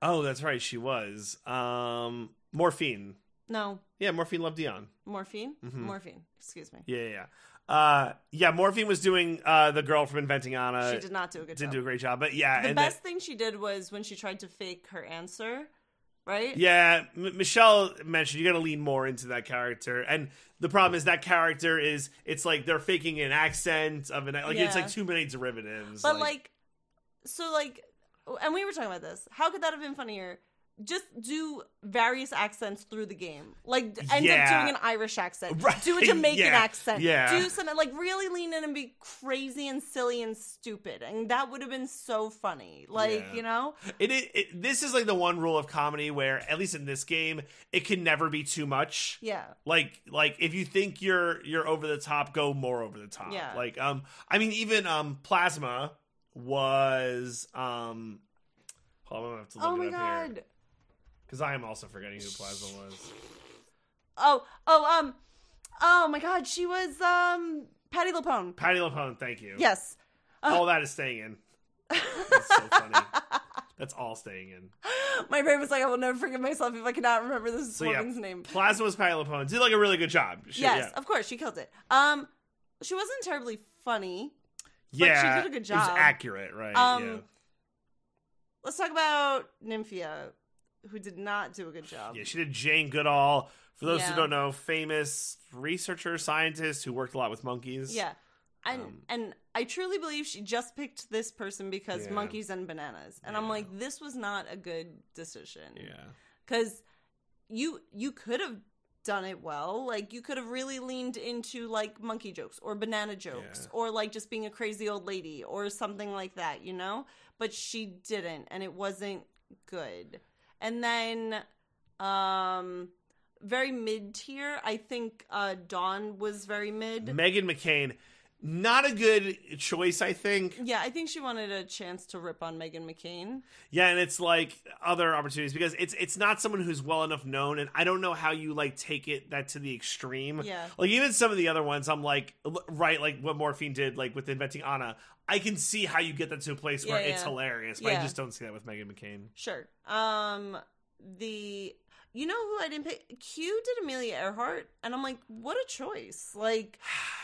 Speaker 2: Oh, that's right, she was. Um, Morphine.
Speaker 1: No,
Speaker 2: Yeah, Morphine loved Dion.
Speaker 1: morphine?
Speaker 2: Mhm.
Speaker 1: Morphine, excuse me.
Speaker 2: Yeah, yeah, yeah. Uh, yeah, Morphine was doing uh the girl from Inventing Anna.
Speaker 1: she did not do a good
Speaker 2: did
Speaker 1: job.
Speaker 2: do a great job, but yeah,
Speaker 1: the
Speaker 2: and
Speaker 1: best thing she did was when she tried to fake her answer, right?
Speaker 2: the- yeah, M- Michelle mentioned you got to lean more into that character, and the problem is that character is it's like they're faking an accent of an like it's
Speaker 1: Yeah.
Speaker 2: like too many derivatives.
Speaker 1: But like, so like, and we were talking about this. How could that have been funnier? Just do various accents through the game. Like, d- end
Speaker 2: Yeah.
Speaker 1: up doing an Irish accent.
Speaker 2: Right,
Speaker 1: Do a Jamaican
Speaker 2: yeah,
Speaker 1: accent.
Speaker 2: yeah.
Speaker 1: Do something like really lean in and be crazy and silly and stupid, and that would have been so funny. Like,
Speaker 2: Yeah.
Speaker 1: you know,
Speaker 2: It, it, it this is like the one rule of comedy where at least in this game it can never be too much.
Speaker 1: yeah,
Speaker 2: Like like if you think you're you're over the top, go more over the top.
Speaker 1: Yeah.
Speaker 2: Like um I mean even um Plasma was um hold on, I have to look
Speaker 1: Oh
Speaker 2: it
Speaker 1: my
Speaker 2: up
Speaker 1: god.
Speaker 2: here cuz I am also forgetting who Plasma was.
Speaker 1: Oh, oh, um, oh my god. She was um Patty Lapone.
Speaker 2: Patty LaPone, thank you.
Speaker 1: Yes.
Speaker 2: All that is staying in. That's so funny. That's all staying in.
Speaker 1: My brain was like, I will never forgive myself if I cannot remember this
Speaker 2: So, yeah.
Speaker 1: woman's name.
Speaker 2: Plasma was Patty LaPone. Did like a really good job. She-
Speaker 1: yes,
Speaker 2: yeah.
Speaker 1: of course, she killed it. Um, she wasn't terribly funny. she
Speaker 2: yeah.
Speaker 1: did a good
Speaker 2: It was
Speaker 1: job.
Speaker 2: accurate, right?
Speaker 1: Um,
Speaker 2: yeah.
Speaker 1: Let's talk about Nymphia, who did not do a good job.
Speaker 2: Yeah, she did Jane Goodall. For those
Speaker 1: Yeah.
Speaker 2: who don't know, famous researcher, scientist who worked a lot with monkeys.
Speaker 1: Yeah. and
Speaker 2: Um,
Speaker 1: and I truly believe she just picked this person because
Speaker 2: Yeah.
Speaker 1: monkeys and bananas. And I'm
Speaker 2: Yeah.
Speaker 1: like, this was not a good decision.
Speaker 2: Yeah.
Speaker 1: because you you could have done it well like you could have really leaned into like monkey jokes or banana jokes
Speaker 2: Yeah.
Speaker 1: or like just being a crazy old lady or something like that you know but she didn't and it wasn't good and then um very mid tier i think uh dawn was very mid
Speaker 2: Megan McCain, not a good choice, I think.
Speaker 1: yeah i think she wanted a chance to rip on megan mccain
Speaker 2: Yeah, and it's like other opportunities because it's it's not someone who's well enough known, and I don't know how you like take it that to the extreme.
Speaker 1: Yeah.
Speaker 2: Like even some of the other ones, I'm like, l- right, like what Morphine did, like with inventing Anna. I can see how you get that to a place where
Speaker 1: Yeah,
Speaker 2: it's
Speaker 1: yeah.
Speaker 2: hilarious, but I
Speaker 1: Yeah.
Speaker 2: just don't see that with Megan McCain.
Speaker 1: Sure. Um the you know who I didn't pick Q did Amelia Earhart and I'm like what a choice. Like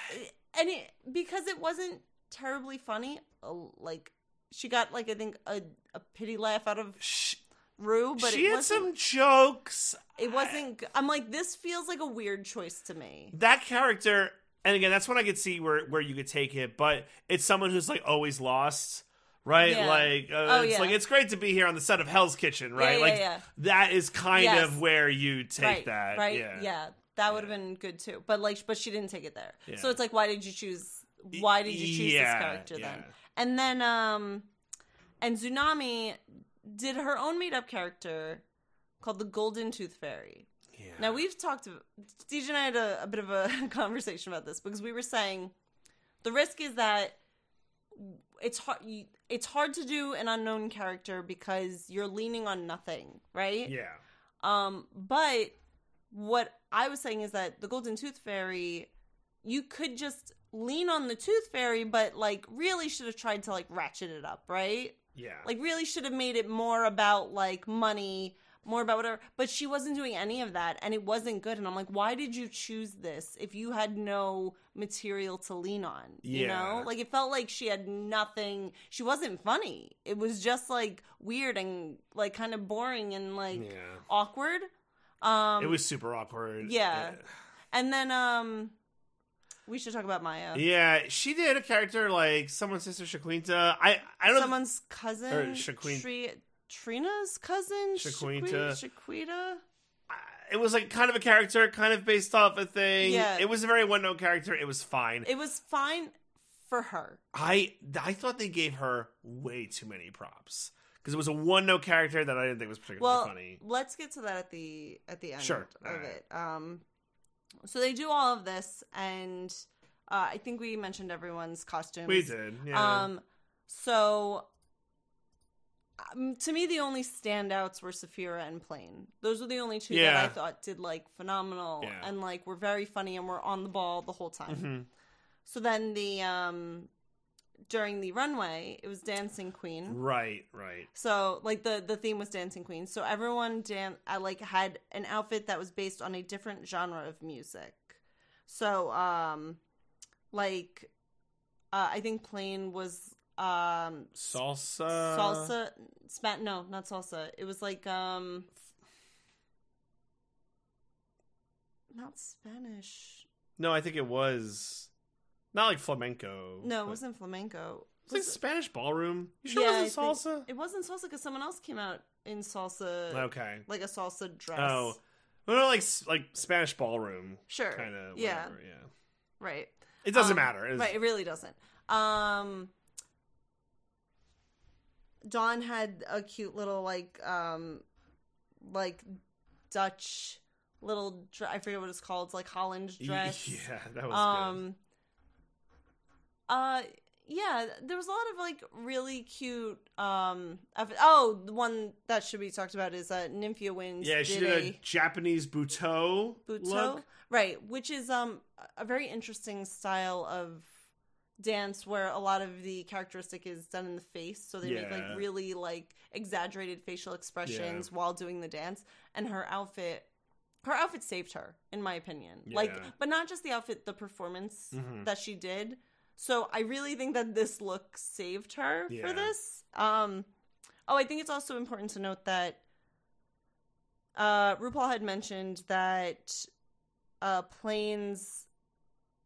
Speaker 1: and it because it wasn't terribly funny uh, like she got like I think a a pity laugh out of
Speaker 2: She,
Speaker 1: Rue but
Speaker 2: she
Speaker 1: it
Speaker 2: had
Speaker 1: wasn't
Speaker 2: some jokes.
Speaker 1: it wasn't g- I'm like this feels like a weird choice to me.
Speaker 2: that character and again that's when i could see where where you could take it but it's someone who's like always lost right
Speaker 1: Yeah.
Speaker 2: like uh,
Speaker 1: Oh,
Speaker 2: it's
Speaker 1: yeah.
Speaker 2: like it's great to be here on the set of hell's kitchen right
Speaker 1: yeah,
Speaker 2: like
Speaker 1: yeah.
Speaker 2: that is kind
Speaker 1: Yes.
Speaker 2: of where you take
Speaker 1: right.
Speaker 2: that
Speaker 1: right?
Speaker 2: yeah
Speaker 1: That would have
Speaker 2: Yeah.
Speaker 1: been good too. But like but she didn't take it there. So
Speaker 2: Yeah.
Speaker 1: it's like why did you choose why did you choose
Speaker 2: Yeah,
Speaker 1: this character
Speaker 2: yeah.
Speaker 1: then? And then um and Tsunami did her own made up character called the Golden Tooth Fairy.
Speaker 2: Yeah.
Speaker 1: Now we've talked. DJ and I had a, a bit of a conversation about this because we were saying the risk is that it's hard. you- It's hard to do an unknown character because you're leaning on nothing, right?
Speaker 2: yeah.
Speaker 1: Um, but what I was saying is that the Golden Tooth Fairy, you could just lean on the Tooth Fairy, but like really should have tried to like ratchet it up, right?
Speaker 2: Yeah.
Speaker 1: Like really should have made it more about like money, more about whatever. But she wasn't doing any of that, and it wasn't good. And I'm like, why did you choose this if you had no material to lean on? You
Speaker 2: Yeah.
Speaker 1: know, like it felt like she had nothing. She wasn't funny. It was just like weird and like kind of boring and like
Speaker 2: yeah.
Speaker 1: awkward. Um,
Speaker 2: it was super awkward.
Speaker 1: yeah. and then um, we should talk about Maya.
Speaker 2: Uh, yeah, she did a character like someone's sister Shaquinta. I I don't know.
Speaker 1: someone's cousin,
Speaker 2: or Shaquin-
Speaker 1: Tri- Trina's cousin,
Speaker 2: Shaquinta.
Speaker 1: Shaquita. Shaquita.
Speaker 2: It was like kind of a character, kind of based off a thing.
Speaker 1: Yeah.
Speaker 2: It was a very one-note character. It was fine.
Speaker 1: It was fine for her.
Speaker 2: I I thought they gave her way too many props because it was a one-note character that I didn't think was particularly
Speaker 1: Well,
Speaker 2: funny.
Speaker 1: let's get to that at the at the end
Speaker 2: Sure.
Speaker 1: of
Speaker 2: All right.
Speaker 1: it. Um, so they do all of this, and uh, I think we mentioned everyone's costumes.
Speaker 2: We did. Yeah.
Speaker 1: Um, so um, to me, the only standouts were Saphira and Plane. Those were the only two that
Speaker 2: Yeah.
Speaker 1: I thought did like phenomenal
Speaker 2: Yeah.
Speaker 1: and like were very funny and were on the ball the whole time.
Speaker 2: Mhm.
Speaker 1: So then the um, during the runway, it was Dancing Queen.
Speaker 2: Right. Right.
Speaker 1: So like the the theme was Dancing Queen. So everyone dan- I like had an outfit that was based on a different genre of music. So um, like uh, I think Plain was um
Speaker 2: Salsa.
Speaker 1: salsa spat no not salsa it was like um not spanish
Speaker 2: No, I think it was not like flamenco.
Speaker 1: no it
Speaker 2: but-
Speaker 1: wasn't flamenco
Speaker 2: It's like Spanish ballroom. You sure it
Speaker 1: I
Speaker 2: wasn't salsa?
Speaker 1: think- it wasn't salsa because someone else came out in salsa
Speaker 2: okay.
Speaker 1: like a salsa dress
Speaker 2: Oh, well, no, like s- like Spanish ballroom
Speaker 1: sure
Speaker 2: kind of.
Speaker 1: yeah
Speaker 2: Yeah, yeah.
Speaker 1: right
Speaker 2: It doesn't
Speaker 1: Um,
Speaker 2: matter. It's-
Speaker 1: Right, it really doesn't. Um Dawn had a cute little like um like Dutch little dre- I forget what it's called, it's like Holland
Speaker 2: y-
Speaker 1: dress.
Speaker 2: Yeah, that was good.
Speaker 1: um uh yeah, there was a lot of like really cute um outfit- oh, the one that should be talked about is uh Nymphia Wins
Speaker 2: Yeah, she did a Japanese buto,
Speaker 1: Buto,
Speaker 2: look.
Speaker 1: right? Which is um a very interesting style of dance where a lot of the characteristic is done in the face, so they make
Speaker 2: Yeah.
Speaker 1: like really like exaggerated facial expressions while doing the dance. And her outfit, her outfit saved her, in my opinion. Like,
Speaker 2: Yeah.
Speaker 1: but not just the outfit, the performance
Speaker 2: Mhm.
Speaker 1: that she did. So I really think that this look saved her
Speaker 2: Yeah.
Speaker 1: for this. Um, oh, I think it's also important to note that uh, RuPaul had mentioned that uh, Plane's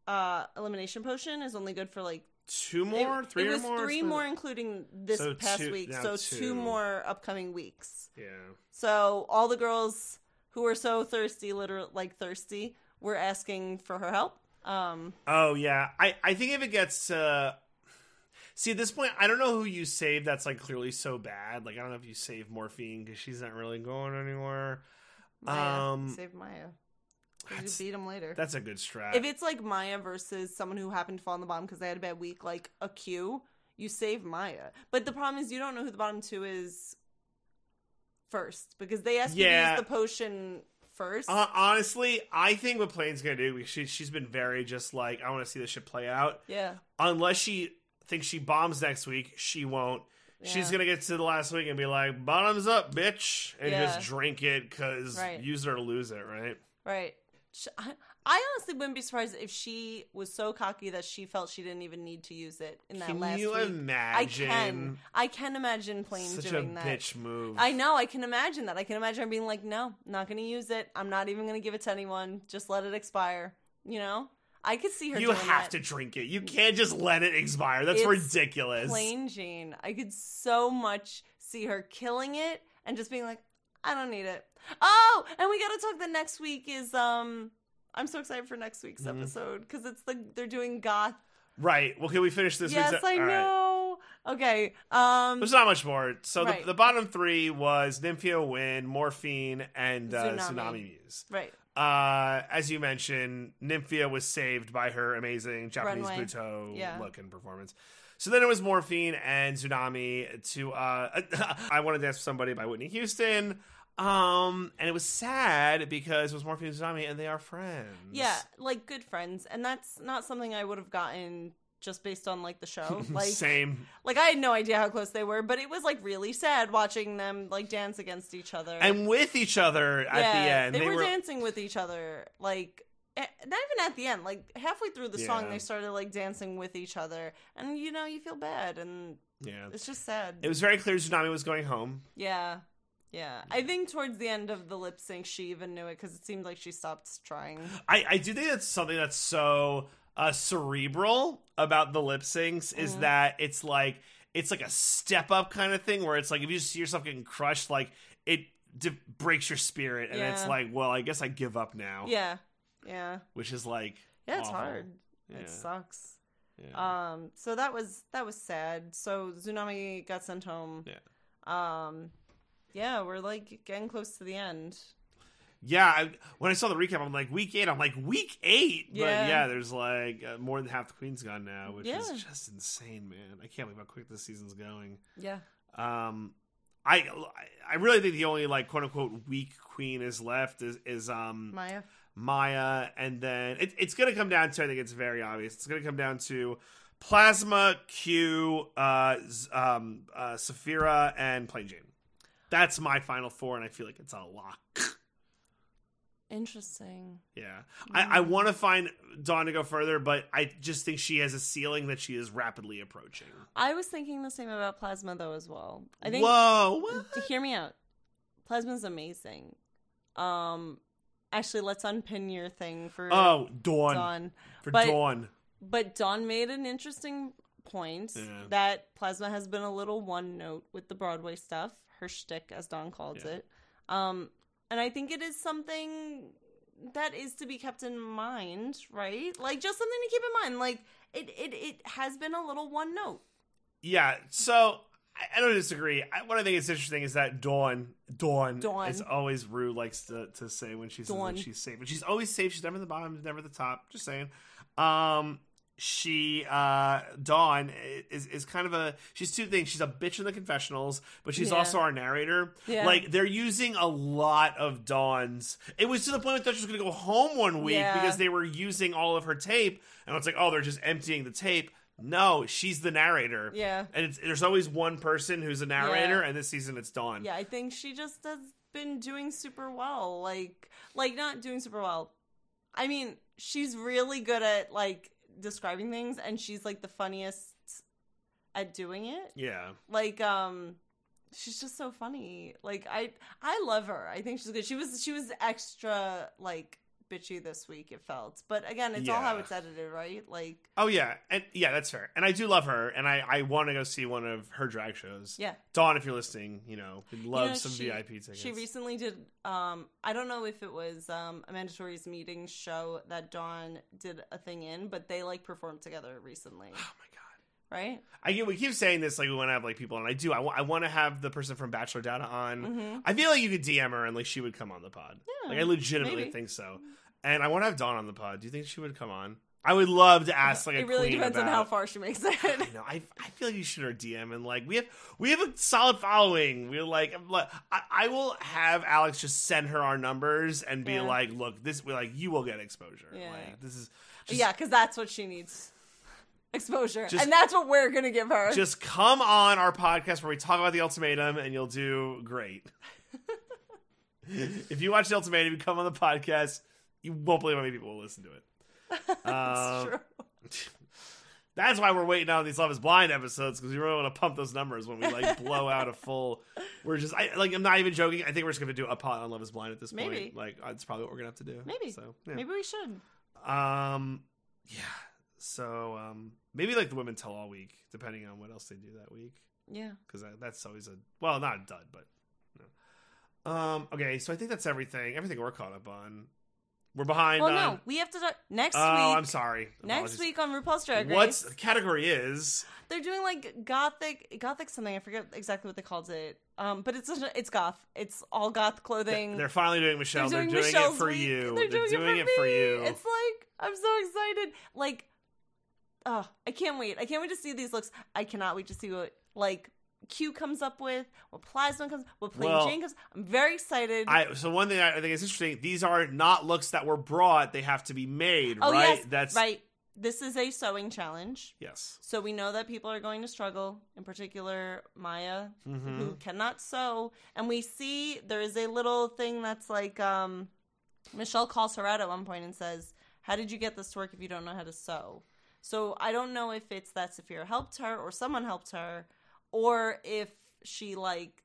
Speaker 1: uh, elimination potion is only good for like
Speaker 2: Two more,
Speaker 1: it,
Speaker 2: three
Speaker 1: it
Speaker 2: or
Speaker 1: was
Speaker 2: more.
Speaker 1: three
Speaker 2: something-
Speaker 1: more, including this
Speaker 2: So
Speaker 1: past
Speaker 2: two-
Speaker 1: week.
Speaker 2: now
Speaker 1: So
Speaker 2: two.
Speaker 1: two more upcoming weeks.
Speaker 2: Yeah,
Speaker 1: So all the girls who were so thirsty, literal like thirsty, were asking for her help. Um,
Speaker 2: Oh yeah, I I think if it gets to see at this point, I don't know who you save. That's like clearly so bad. Like I don't know if you save Morphine because she's not really going anywhere.
Speaker 1: Maya,
Speaker 2: Um,
Speaker 1: save Maya. 'Cause
Speaker 2: that's-
Speaker 1: You beat him later.
Speaker 2: That's a good strat.
Speaker 1: if it's like Maya versus someone who happened to fall on the bottom because they had a bad week, like a Q, you save Maya. But the problem is you don't know who the bottom two is first because they asked
Speaker 2: Yeah.
Speaker 1: you to use the potion first.
Speaker 2: Uh, honestly, I think what Plane's gonna do. She, she's been very just like I want to see this shit play out.
Speaker 1: yeah.
Speaker 2: Unless she thinks she bombs next week, she won't. She's
Speaker 1: Yeah.
Speaker 2: gonna get to the last week and be like, "Bottoms up, bitch," and
Speaker 1: Yeah.
Speaker 2: just drink it because
Speaker 1: Right.
Speaker 2: use it or lose it, right?
Speaker 1: Right. Sh- I I honestly wouldn't be surprised if she was so cocky that she felt she didn't even need to use it in that
Speaker 2: Can
Speaker 1: last
Speaker 2: you
Speaker 1: week.
Speaker 2: imagine?
Speaker 1: I can. I can imagine Plain
Speaker 2: Such
Speaker 1: doing
Speaker 2: a
Speaker 1: that.
Speaker 2: bitch move.
Speaker 1: I know. I can imagine that. I can imagine her being like, "No, not going to use it. I'm not even going to give it to anyone. Just let it expire." You know, I could see her.
Speaker 2: You
Speaker 1: doing
Speaker 2: have
Speaker 1: that.
Speaker 2: to drink it. You can't just let it expire. That's
Speaker 1: It's
Speaker 2: ridiculous.
Speaker 1: plain Jane. I could so much see her killing it and just being like, "I don't need it." Oh, and we got to talk. The next week is um. I'm so excited for next week's
Speaker 2: Mhm.
Speaker 1: episode because it's the they're doing goth.
Speaker 2: Right. Well, can we finish this?
Speaker 1: yes,
Speaker 2: week's-
Speaker 1: I
Speaker 2: all right.
Speaker 1: know. Okay. Um.
Speaker 2: There's not much more. So
Speaker 1: Right.
Speaker 2: the, the bottom three was Nymphia Wind, Morphine, and uh,
Speaker 1: Tsunami.
Speaker 2: Tsunami. Muse.
Speaker 1: Right.
Speaker 2: Uh, as you mentioned, Nymphia was saved by her amazing Japanese
Speaker 1: Runway.
Speaker 2: Buto
Speaker 1: Yeah.
Speaker 2: look and performance. So then it was Morphine and Tsunami to uh, I Want to Dance with Somebody by Whitney Houston. Um, and it was sad because it was Morphine and Tsunami and they are friends.
Speaker 1: Yeah, like good friends, and that's not something I would have gotten just based on like the show. Like,
Speaker 2: Same.
Speaker 1: like I had no idea how close they were, but it was like really sad watching them like dance against each other.
Speaker 2: And with each other at the end.
Speaker 1: They, were, dancing with each other, like eh, not even at the end, like halfway through the song,
Speaker 2: Yeah.
Speaker 1: they started like dancing with each other, and you know you feel bad, and
Speaker 2: Yeah.
Speaker 1: it's just sad.
Speaker 2: It was very clear Tsunami was going home.
Speaker 1: yeah, yeah. I think towards the end of the lip sync, she even knew it because it seemed like she stopped trying.
Speaker 2: I, I do think that's something that's so uh, cerebral about the lip syncs is
Speaker 1: Mhm.
Speaker 2: that it's like it's like a step up kind of thing where it's like if you see yourself getting crushed, like it de- breaks your spirit, and it's
Speaker 1: Yeah.
Speaker 2: like, well, I guess I give up now,
Speaker 1: Yeah, yeah,
Speaker 2: which is like,
Speaker 1: yeah. It's
Speaker 2: Awful.
Speaker 1: hard.
Speaker 2: yeah,
Speaker 1: It sucks.
Speaker 2: yeah.
Speaker 1: Um, so that was that was sad. So Tsunami got sent home.
Speaker 2: Yeah.
Speaker 1: Um, yeah, we're like getting close to the end.
Speaker 2: Yeah, I, when I saw the recap, I'm like week eight. I'm like week eight, but
Speaker 1: Yeah.
Speaker 2: yeah, there's like uh, more than half the queen's gone now, which
Speaker 1: Yeah.
Speaker 2: is just insane, man. I can't believe how quick this season's going.
Speaker 1: Yeah.
Speaker 2: Um, I I really think the only like quote unquote weak queen is left is is um
Speaker 1: Maya.
Speaker 2: Maya, and then it, it's gonna come down to I think it's very obvious. It's gonna come down to Plasma, Q, uh, Z- um, uh, Saphira, and Plain Jane. That's my final four, and I feel like it's a lock.
Speaker 1: Interesting.
Speaker 2: Yeah, I,
Speaker 1: Mm.
Speaker 2: I want to find Dawn to go further, but I just think she has a ceiling that she is rapidly approaching.
Speaker 1: I was thinking the same about Plasma though as well. I think Mm.
Speaker 2: Whoa, what?
Speaker 1: to hear me out. Plasma's amazing. Um actually let's unpin your thing for
Speaker 2: Oh, Dawn,
Speaker 1: Dawn.
Speaker 2: for
Speaker 1: but-
Speaker 2: Dawn.
Speaker 1: But Dawn made an interesting point
Speaker 2: Yeah.
Speaker 1: that Plasma has been a little one note with the Broadway stuff, her shtick as Dawn calls
Speaker 2: Yeah.
Speaker 1: it. Um and I think it is something that is to be kept in mind, right? Like just something to keep in mind. Like it it, it has been a little one note.
Speaker 2: Yeah, so I, I don't disagree. I, what I think is interesting is that Dawn, Dawn,
Speaker 1: Dawn.
Speaker 2: as always Rue likes to, to say when she's
Speaker 1: Dawn.
Speaker 2: when she's safe, but she's always safe. She's never at the bottom, never at the top. Just saying. Um, she uh Dawn is is kind of a she's two things. She's a bitch in the confessionals, but she's
Speaker 1: Yeah.
Speaker 2: also our narrator.
Speaker 1: Yeah.
Speaker 2: Like they're using a lot of Dawn's. It was to the point that she was going to go home one week
Speaker 1: Yeah.
Speaker 2: because they were using all of her tape, and it's like, oh, they're just emptying the tape. No, she's the narrator.
Speaker 1: Yeah.
Speaker 2: And it's, there's always one person who's a narrator,
Speaker 1: Yeah.
Speaker 2: and this season it's Dawn.
Speaker 1: Yeah, I think she just has been doing super well. Like, like not doing super well. I mean, she's really good at like describing things, and she's like the funniest at doing it.
Speaker 2: Yeah.
Speaker 1: Like, um, she's just so funny. Like, I I love her. I think she's good. She was she was extra like bitchy this week. It felt, but again, it's all how
Speaker 2: Yeah.
Speaker 1: it's edited, right? Like,
Speaker 2: Oh yeah, and yeah, that's fair. And I do love her, and I I want to go see one of her drag shows.
Speaker 1: yeah.
Speaker 2: Dawn, if you're listening, you know, would love
Speaker 1: know,
Speaker 2: some
Speaker 1: she-
Speaker 2: VIP tickets.
Speaker 1: She recently did. Um, I don't know if it was um, a mandatory's meeting show that Dawn did a thing in, but they like performed together recently,
Speaker 2: oh my god.
Speaker 1: right?
Speaker 2: I get, we keep saying this like we want to have like people, and I do. I want to have the person from Bachelor Data on.
Speaker 1: Mm-hmm.
Speaker 2: I feel like you could DM her and like she would come on the pod.
Speaker 1: Yeah,
Speaker 2: like I legitimately
Speaker 1: maybe.
Speaker 2: think so. And I want to have Dawn on the pod. Do you think she would come on? I would love to ask like a
Speaker 1: it really
Speaker 2: queen
Speaker 1: depends on
Speaker 2: about-
Speaker 1: how far she makes it.
Speaker 2: I know. I, I feel like you should our DM and like we have we have a solid following. We're like, I'm like- I, I will have Alex just send her our numbers and be
Speaker 1: Yeah.
Speaker 2: like, look, this we like you will get exposure.
Speaker 1: Yeah.
Speaker 2: Like this is just,
Speaker 1: yeah, because that's what she needs exposure,
Speaker 2: Just-
Speaker 1: and that's what we're gonna give her.
Speaker 2: just come on our podcast where we talk about the ultimatum and you'll do great. if you watch the ultimatum, you come on the podcast, you won't believe how many people will listen to it.
Speaker 1: It's
Speaker 2: Um,
Speaker 1: true.
Speaker 2: That's why we're waiting on these Love Is Blind episodes because we really want to pump those numbers when we like blow out a full. We're just I, like I'm not even joking. I think we're just gonna do a pot on Love Is Blind at this
Speaker 1: Maybe.
Speaker 2: point. Like that's probably what we're gonna have to do.
Speaker 1: Maybe.
Speaker 2: So yeah.
Speaker 1: Maybe we should.
Speaker 2: Um. Yeah. So um. Maybe like the women tell all week, depending on what else they do that week,
Speaker 1: Yeah.
Speaker 2: because that's always a well, not a dud, but. No. Um. Okay. So I think that's everything. Everything we're caught up on. We're behind
Speaker 1: Well,
Speaker 2: on.
Speaker 1: no, we have to talk next
Speaker 2: oh,
Speaker 1: week.
Speaker 2: I'm sorry.
Speaker 1: Next
Speaker 2: Apologies.
Speaker 1: week on RuPaul's Drag Race,
Speaker 2: What's the category is?
Speaker 1: they're doing like gothic, gothic something. I forget exactly what they called it. Um, but it's it's goth. It's all goth clothing.
Speaker 2: They're finally doing Michelle. They're doing, it
Speaker 1: Michelle's
Speaker 2: for
Speaker 1: week.
Speaker 2: you.
Speaker 1: They're doing, it, for
Speaker 2: it
Speaker 1: me.
Speaker 2: for you.
Speaker 1: It's like I'm so excited. Like, oh, I can't wait. I can't wait to see these looks. I cannot wait to see what like Q comes up with, what Plasma comes, what Plain
Speaker 2: Well,
Speaker 1: Jane comes. I'm very excited.
Speaker 2: I, so one thing I I think is interesting. These are not looks that were brought; they have to be made,
Speaker 1: oh
Speaker 2: right?
Speaker 1: yes,
Speaker 2: That's
Speaker 1: right. This is a sewing challenge.
Speaker 2: Yes.
Speaker 1: So we know that people are going to struggle, in particular Maya, who cannot sew. And we see there is a little thing that's like um, Michelle calls her out at one point and says, How did you get this to work if you don't know how to sew? So I don't know if it's that Saphira helped her or someone helped her, or if she like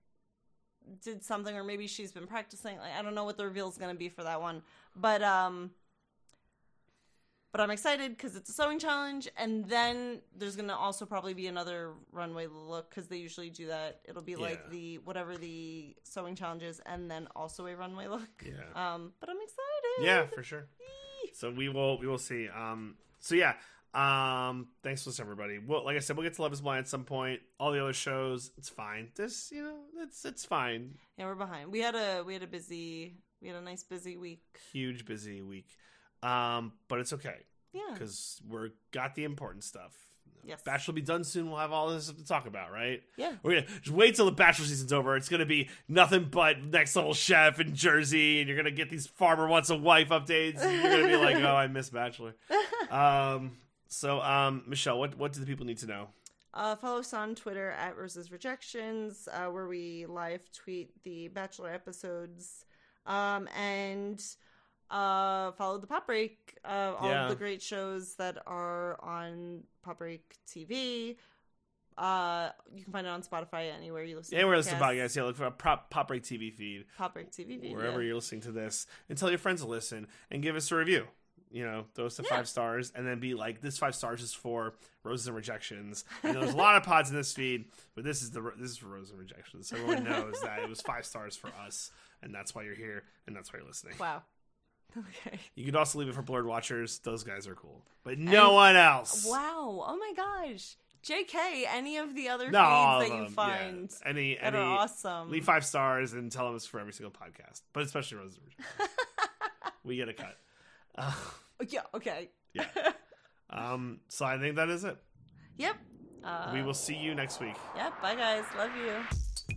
Speaker 1: did something or maybe she's been practicing. Like I don't know what the reveal is going to be for that one. But um but I'm excited because it's a sewing challenge, and then there's gonna also probably be another runway look because they usually do that. It'll be
Speaker 2: Yeah.
Speaker 1: like the whatever the sewing challenge is, and then also a runway look.
Speaker 2: Yeah.
Speaker 1: Um, but I'm excited.
Speaker 2: Yeah, for sure. So we will we will see. Um so yeah. Um thanks for listening everybody. Well like I said, we'll get to Love is Blind at some point. All the other shows, it's fine. This you know, it's it's fine.
Speaker 1: Yeah, we're behind. We had a we had a busy we had a nice busy week.
Speaker 2: Huge busy week. Um, but it's okay.
Speaker 1: Yeah.
Speaker 2: Because we're got the important stuff.
Speaker 1: Yes.
Speaker 2: Bachelor will be done soon. We'll have all this to talk about, right?
Speaker 1: Yeah.
Speaker 2: We're gonna just wait till the Bachelor season's over. It's gonna be nothing but next level chef in Jersey, and you're gonna get these farmer wants a wife updates. And you're gonna be like, oh, I miss Bachelor. Um, so, um, Michelle, what what do the people need to know?
Speaker 1: Uh, follow us on Twitter at Roses Rejections, uh, where we live tweet the Bachelor episodes, um, and uh, follow the Pop Break, uh, all
Speaker 2: Yeah.
Speaker 1: of the great shows that are on Pop Break TV. Uh, you can find it on Spotify anywhere you listen.
Speaker 2: Anywhere listen to
Speaker 1: podcasts.
Speaker 2: podcasts, yeah, look for a prop pop break TV feed
Speaker 1: Pop Break TV.
Speaker 2: wherever
Speaker 1: yeah.
Speaker 2: you're listening to this, and tell your friends to listen and give us a review. You know, throw us the
Speaker 1: Yeah.
Speaker 2: five stars, and then be like, "This five stars is for roses and rejections." I know there's a lot of pods in this feed, but this is the this is for roses and rejections. So everyone knows that it was five stars for us, and that's why you're here, and that's why you're listening.
Speaker 1: Wow. Okay.
Speaker 2: You could also leave it for blurred watchers; those guys are cool, but no one else.
Speaker 1: Wow. Oh my gosh. JK, any of the other
Speaker 2: No, all
Speaker 1: feeds
Speaker 2: of
Speaker 1: that you
Speaker 2: them, yeah.
Speaker 1: find
Speaker 2: any
Speaker 1: that
Speaker 2: any
Speaker 1: are awesome.
Speaker 2: Leave five stars and tell them it's for every single podcast, but especially Roses. and Rejections. we get a cut. Uh,
Speaker 1: Oh, yeah, okay.
Speaker 2: yeah. Um, so I think that is it.
Speaker 1: Yep. Uh,
Speaker 2: We will see you next week.
Speaker 1: Yep. Bye, guys. Love you.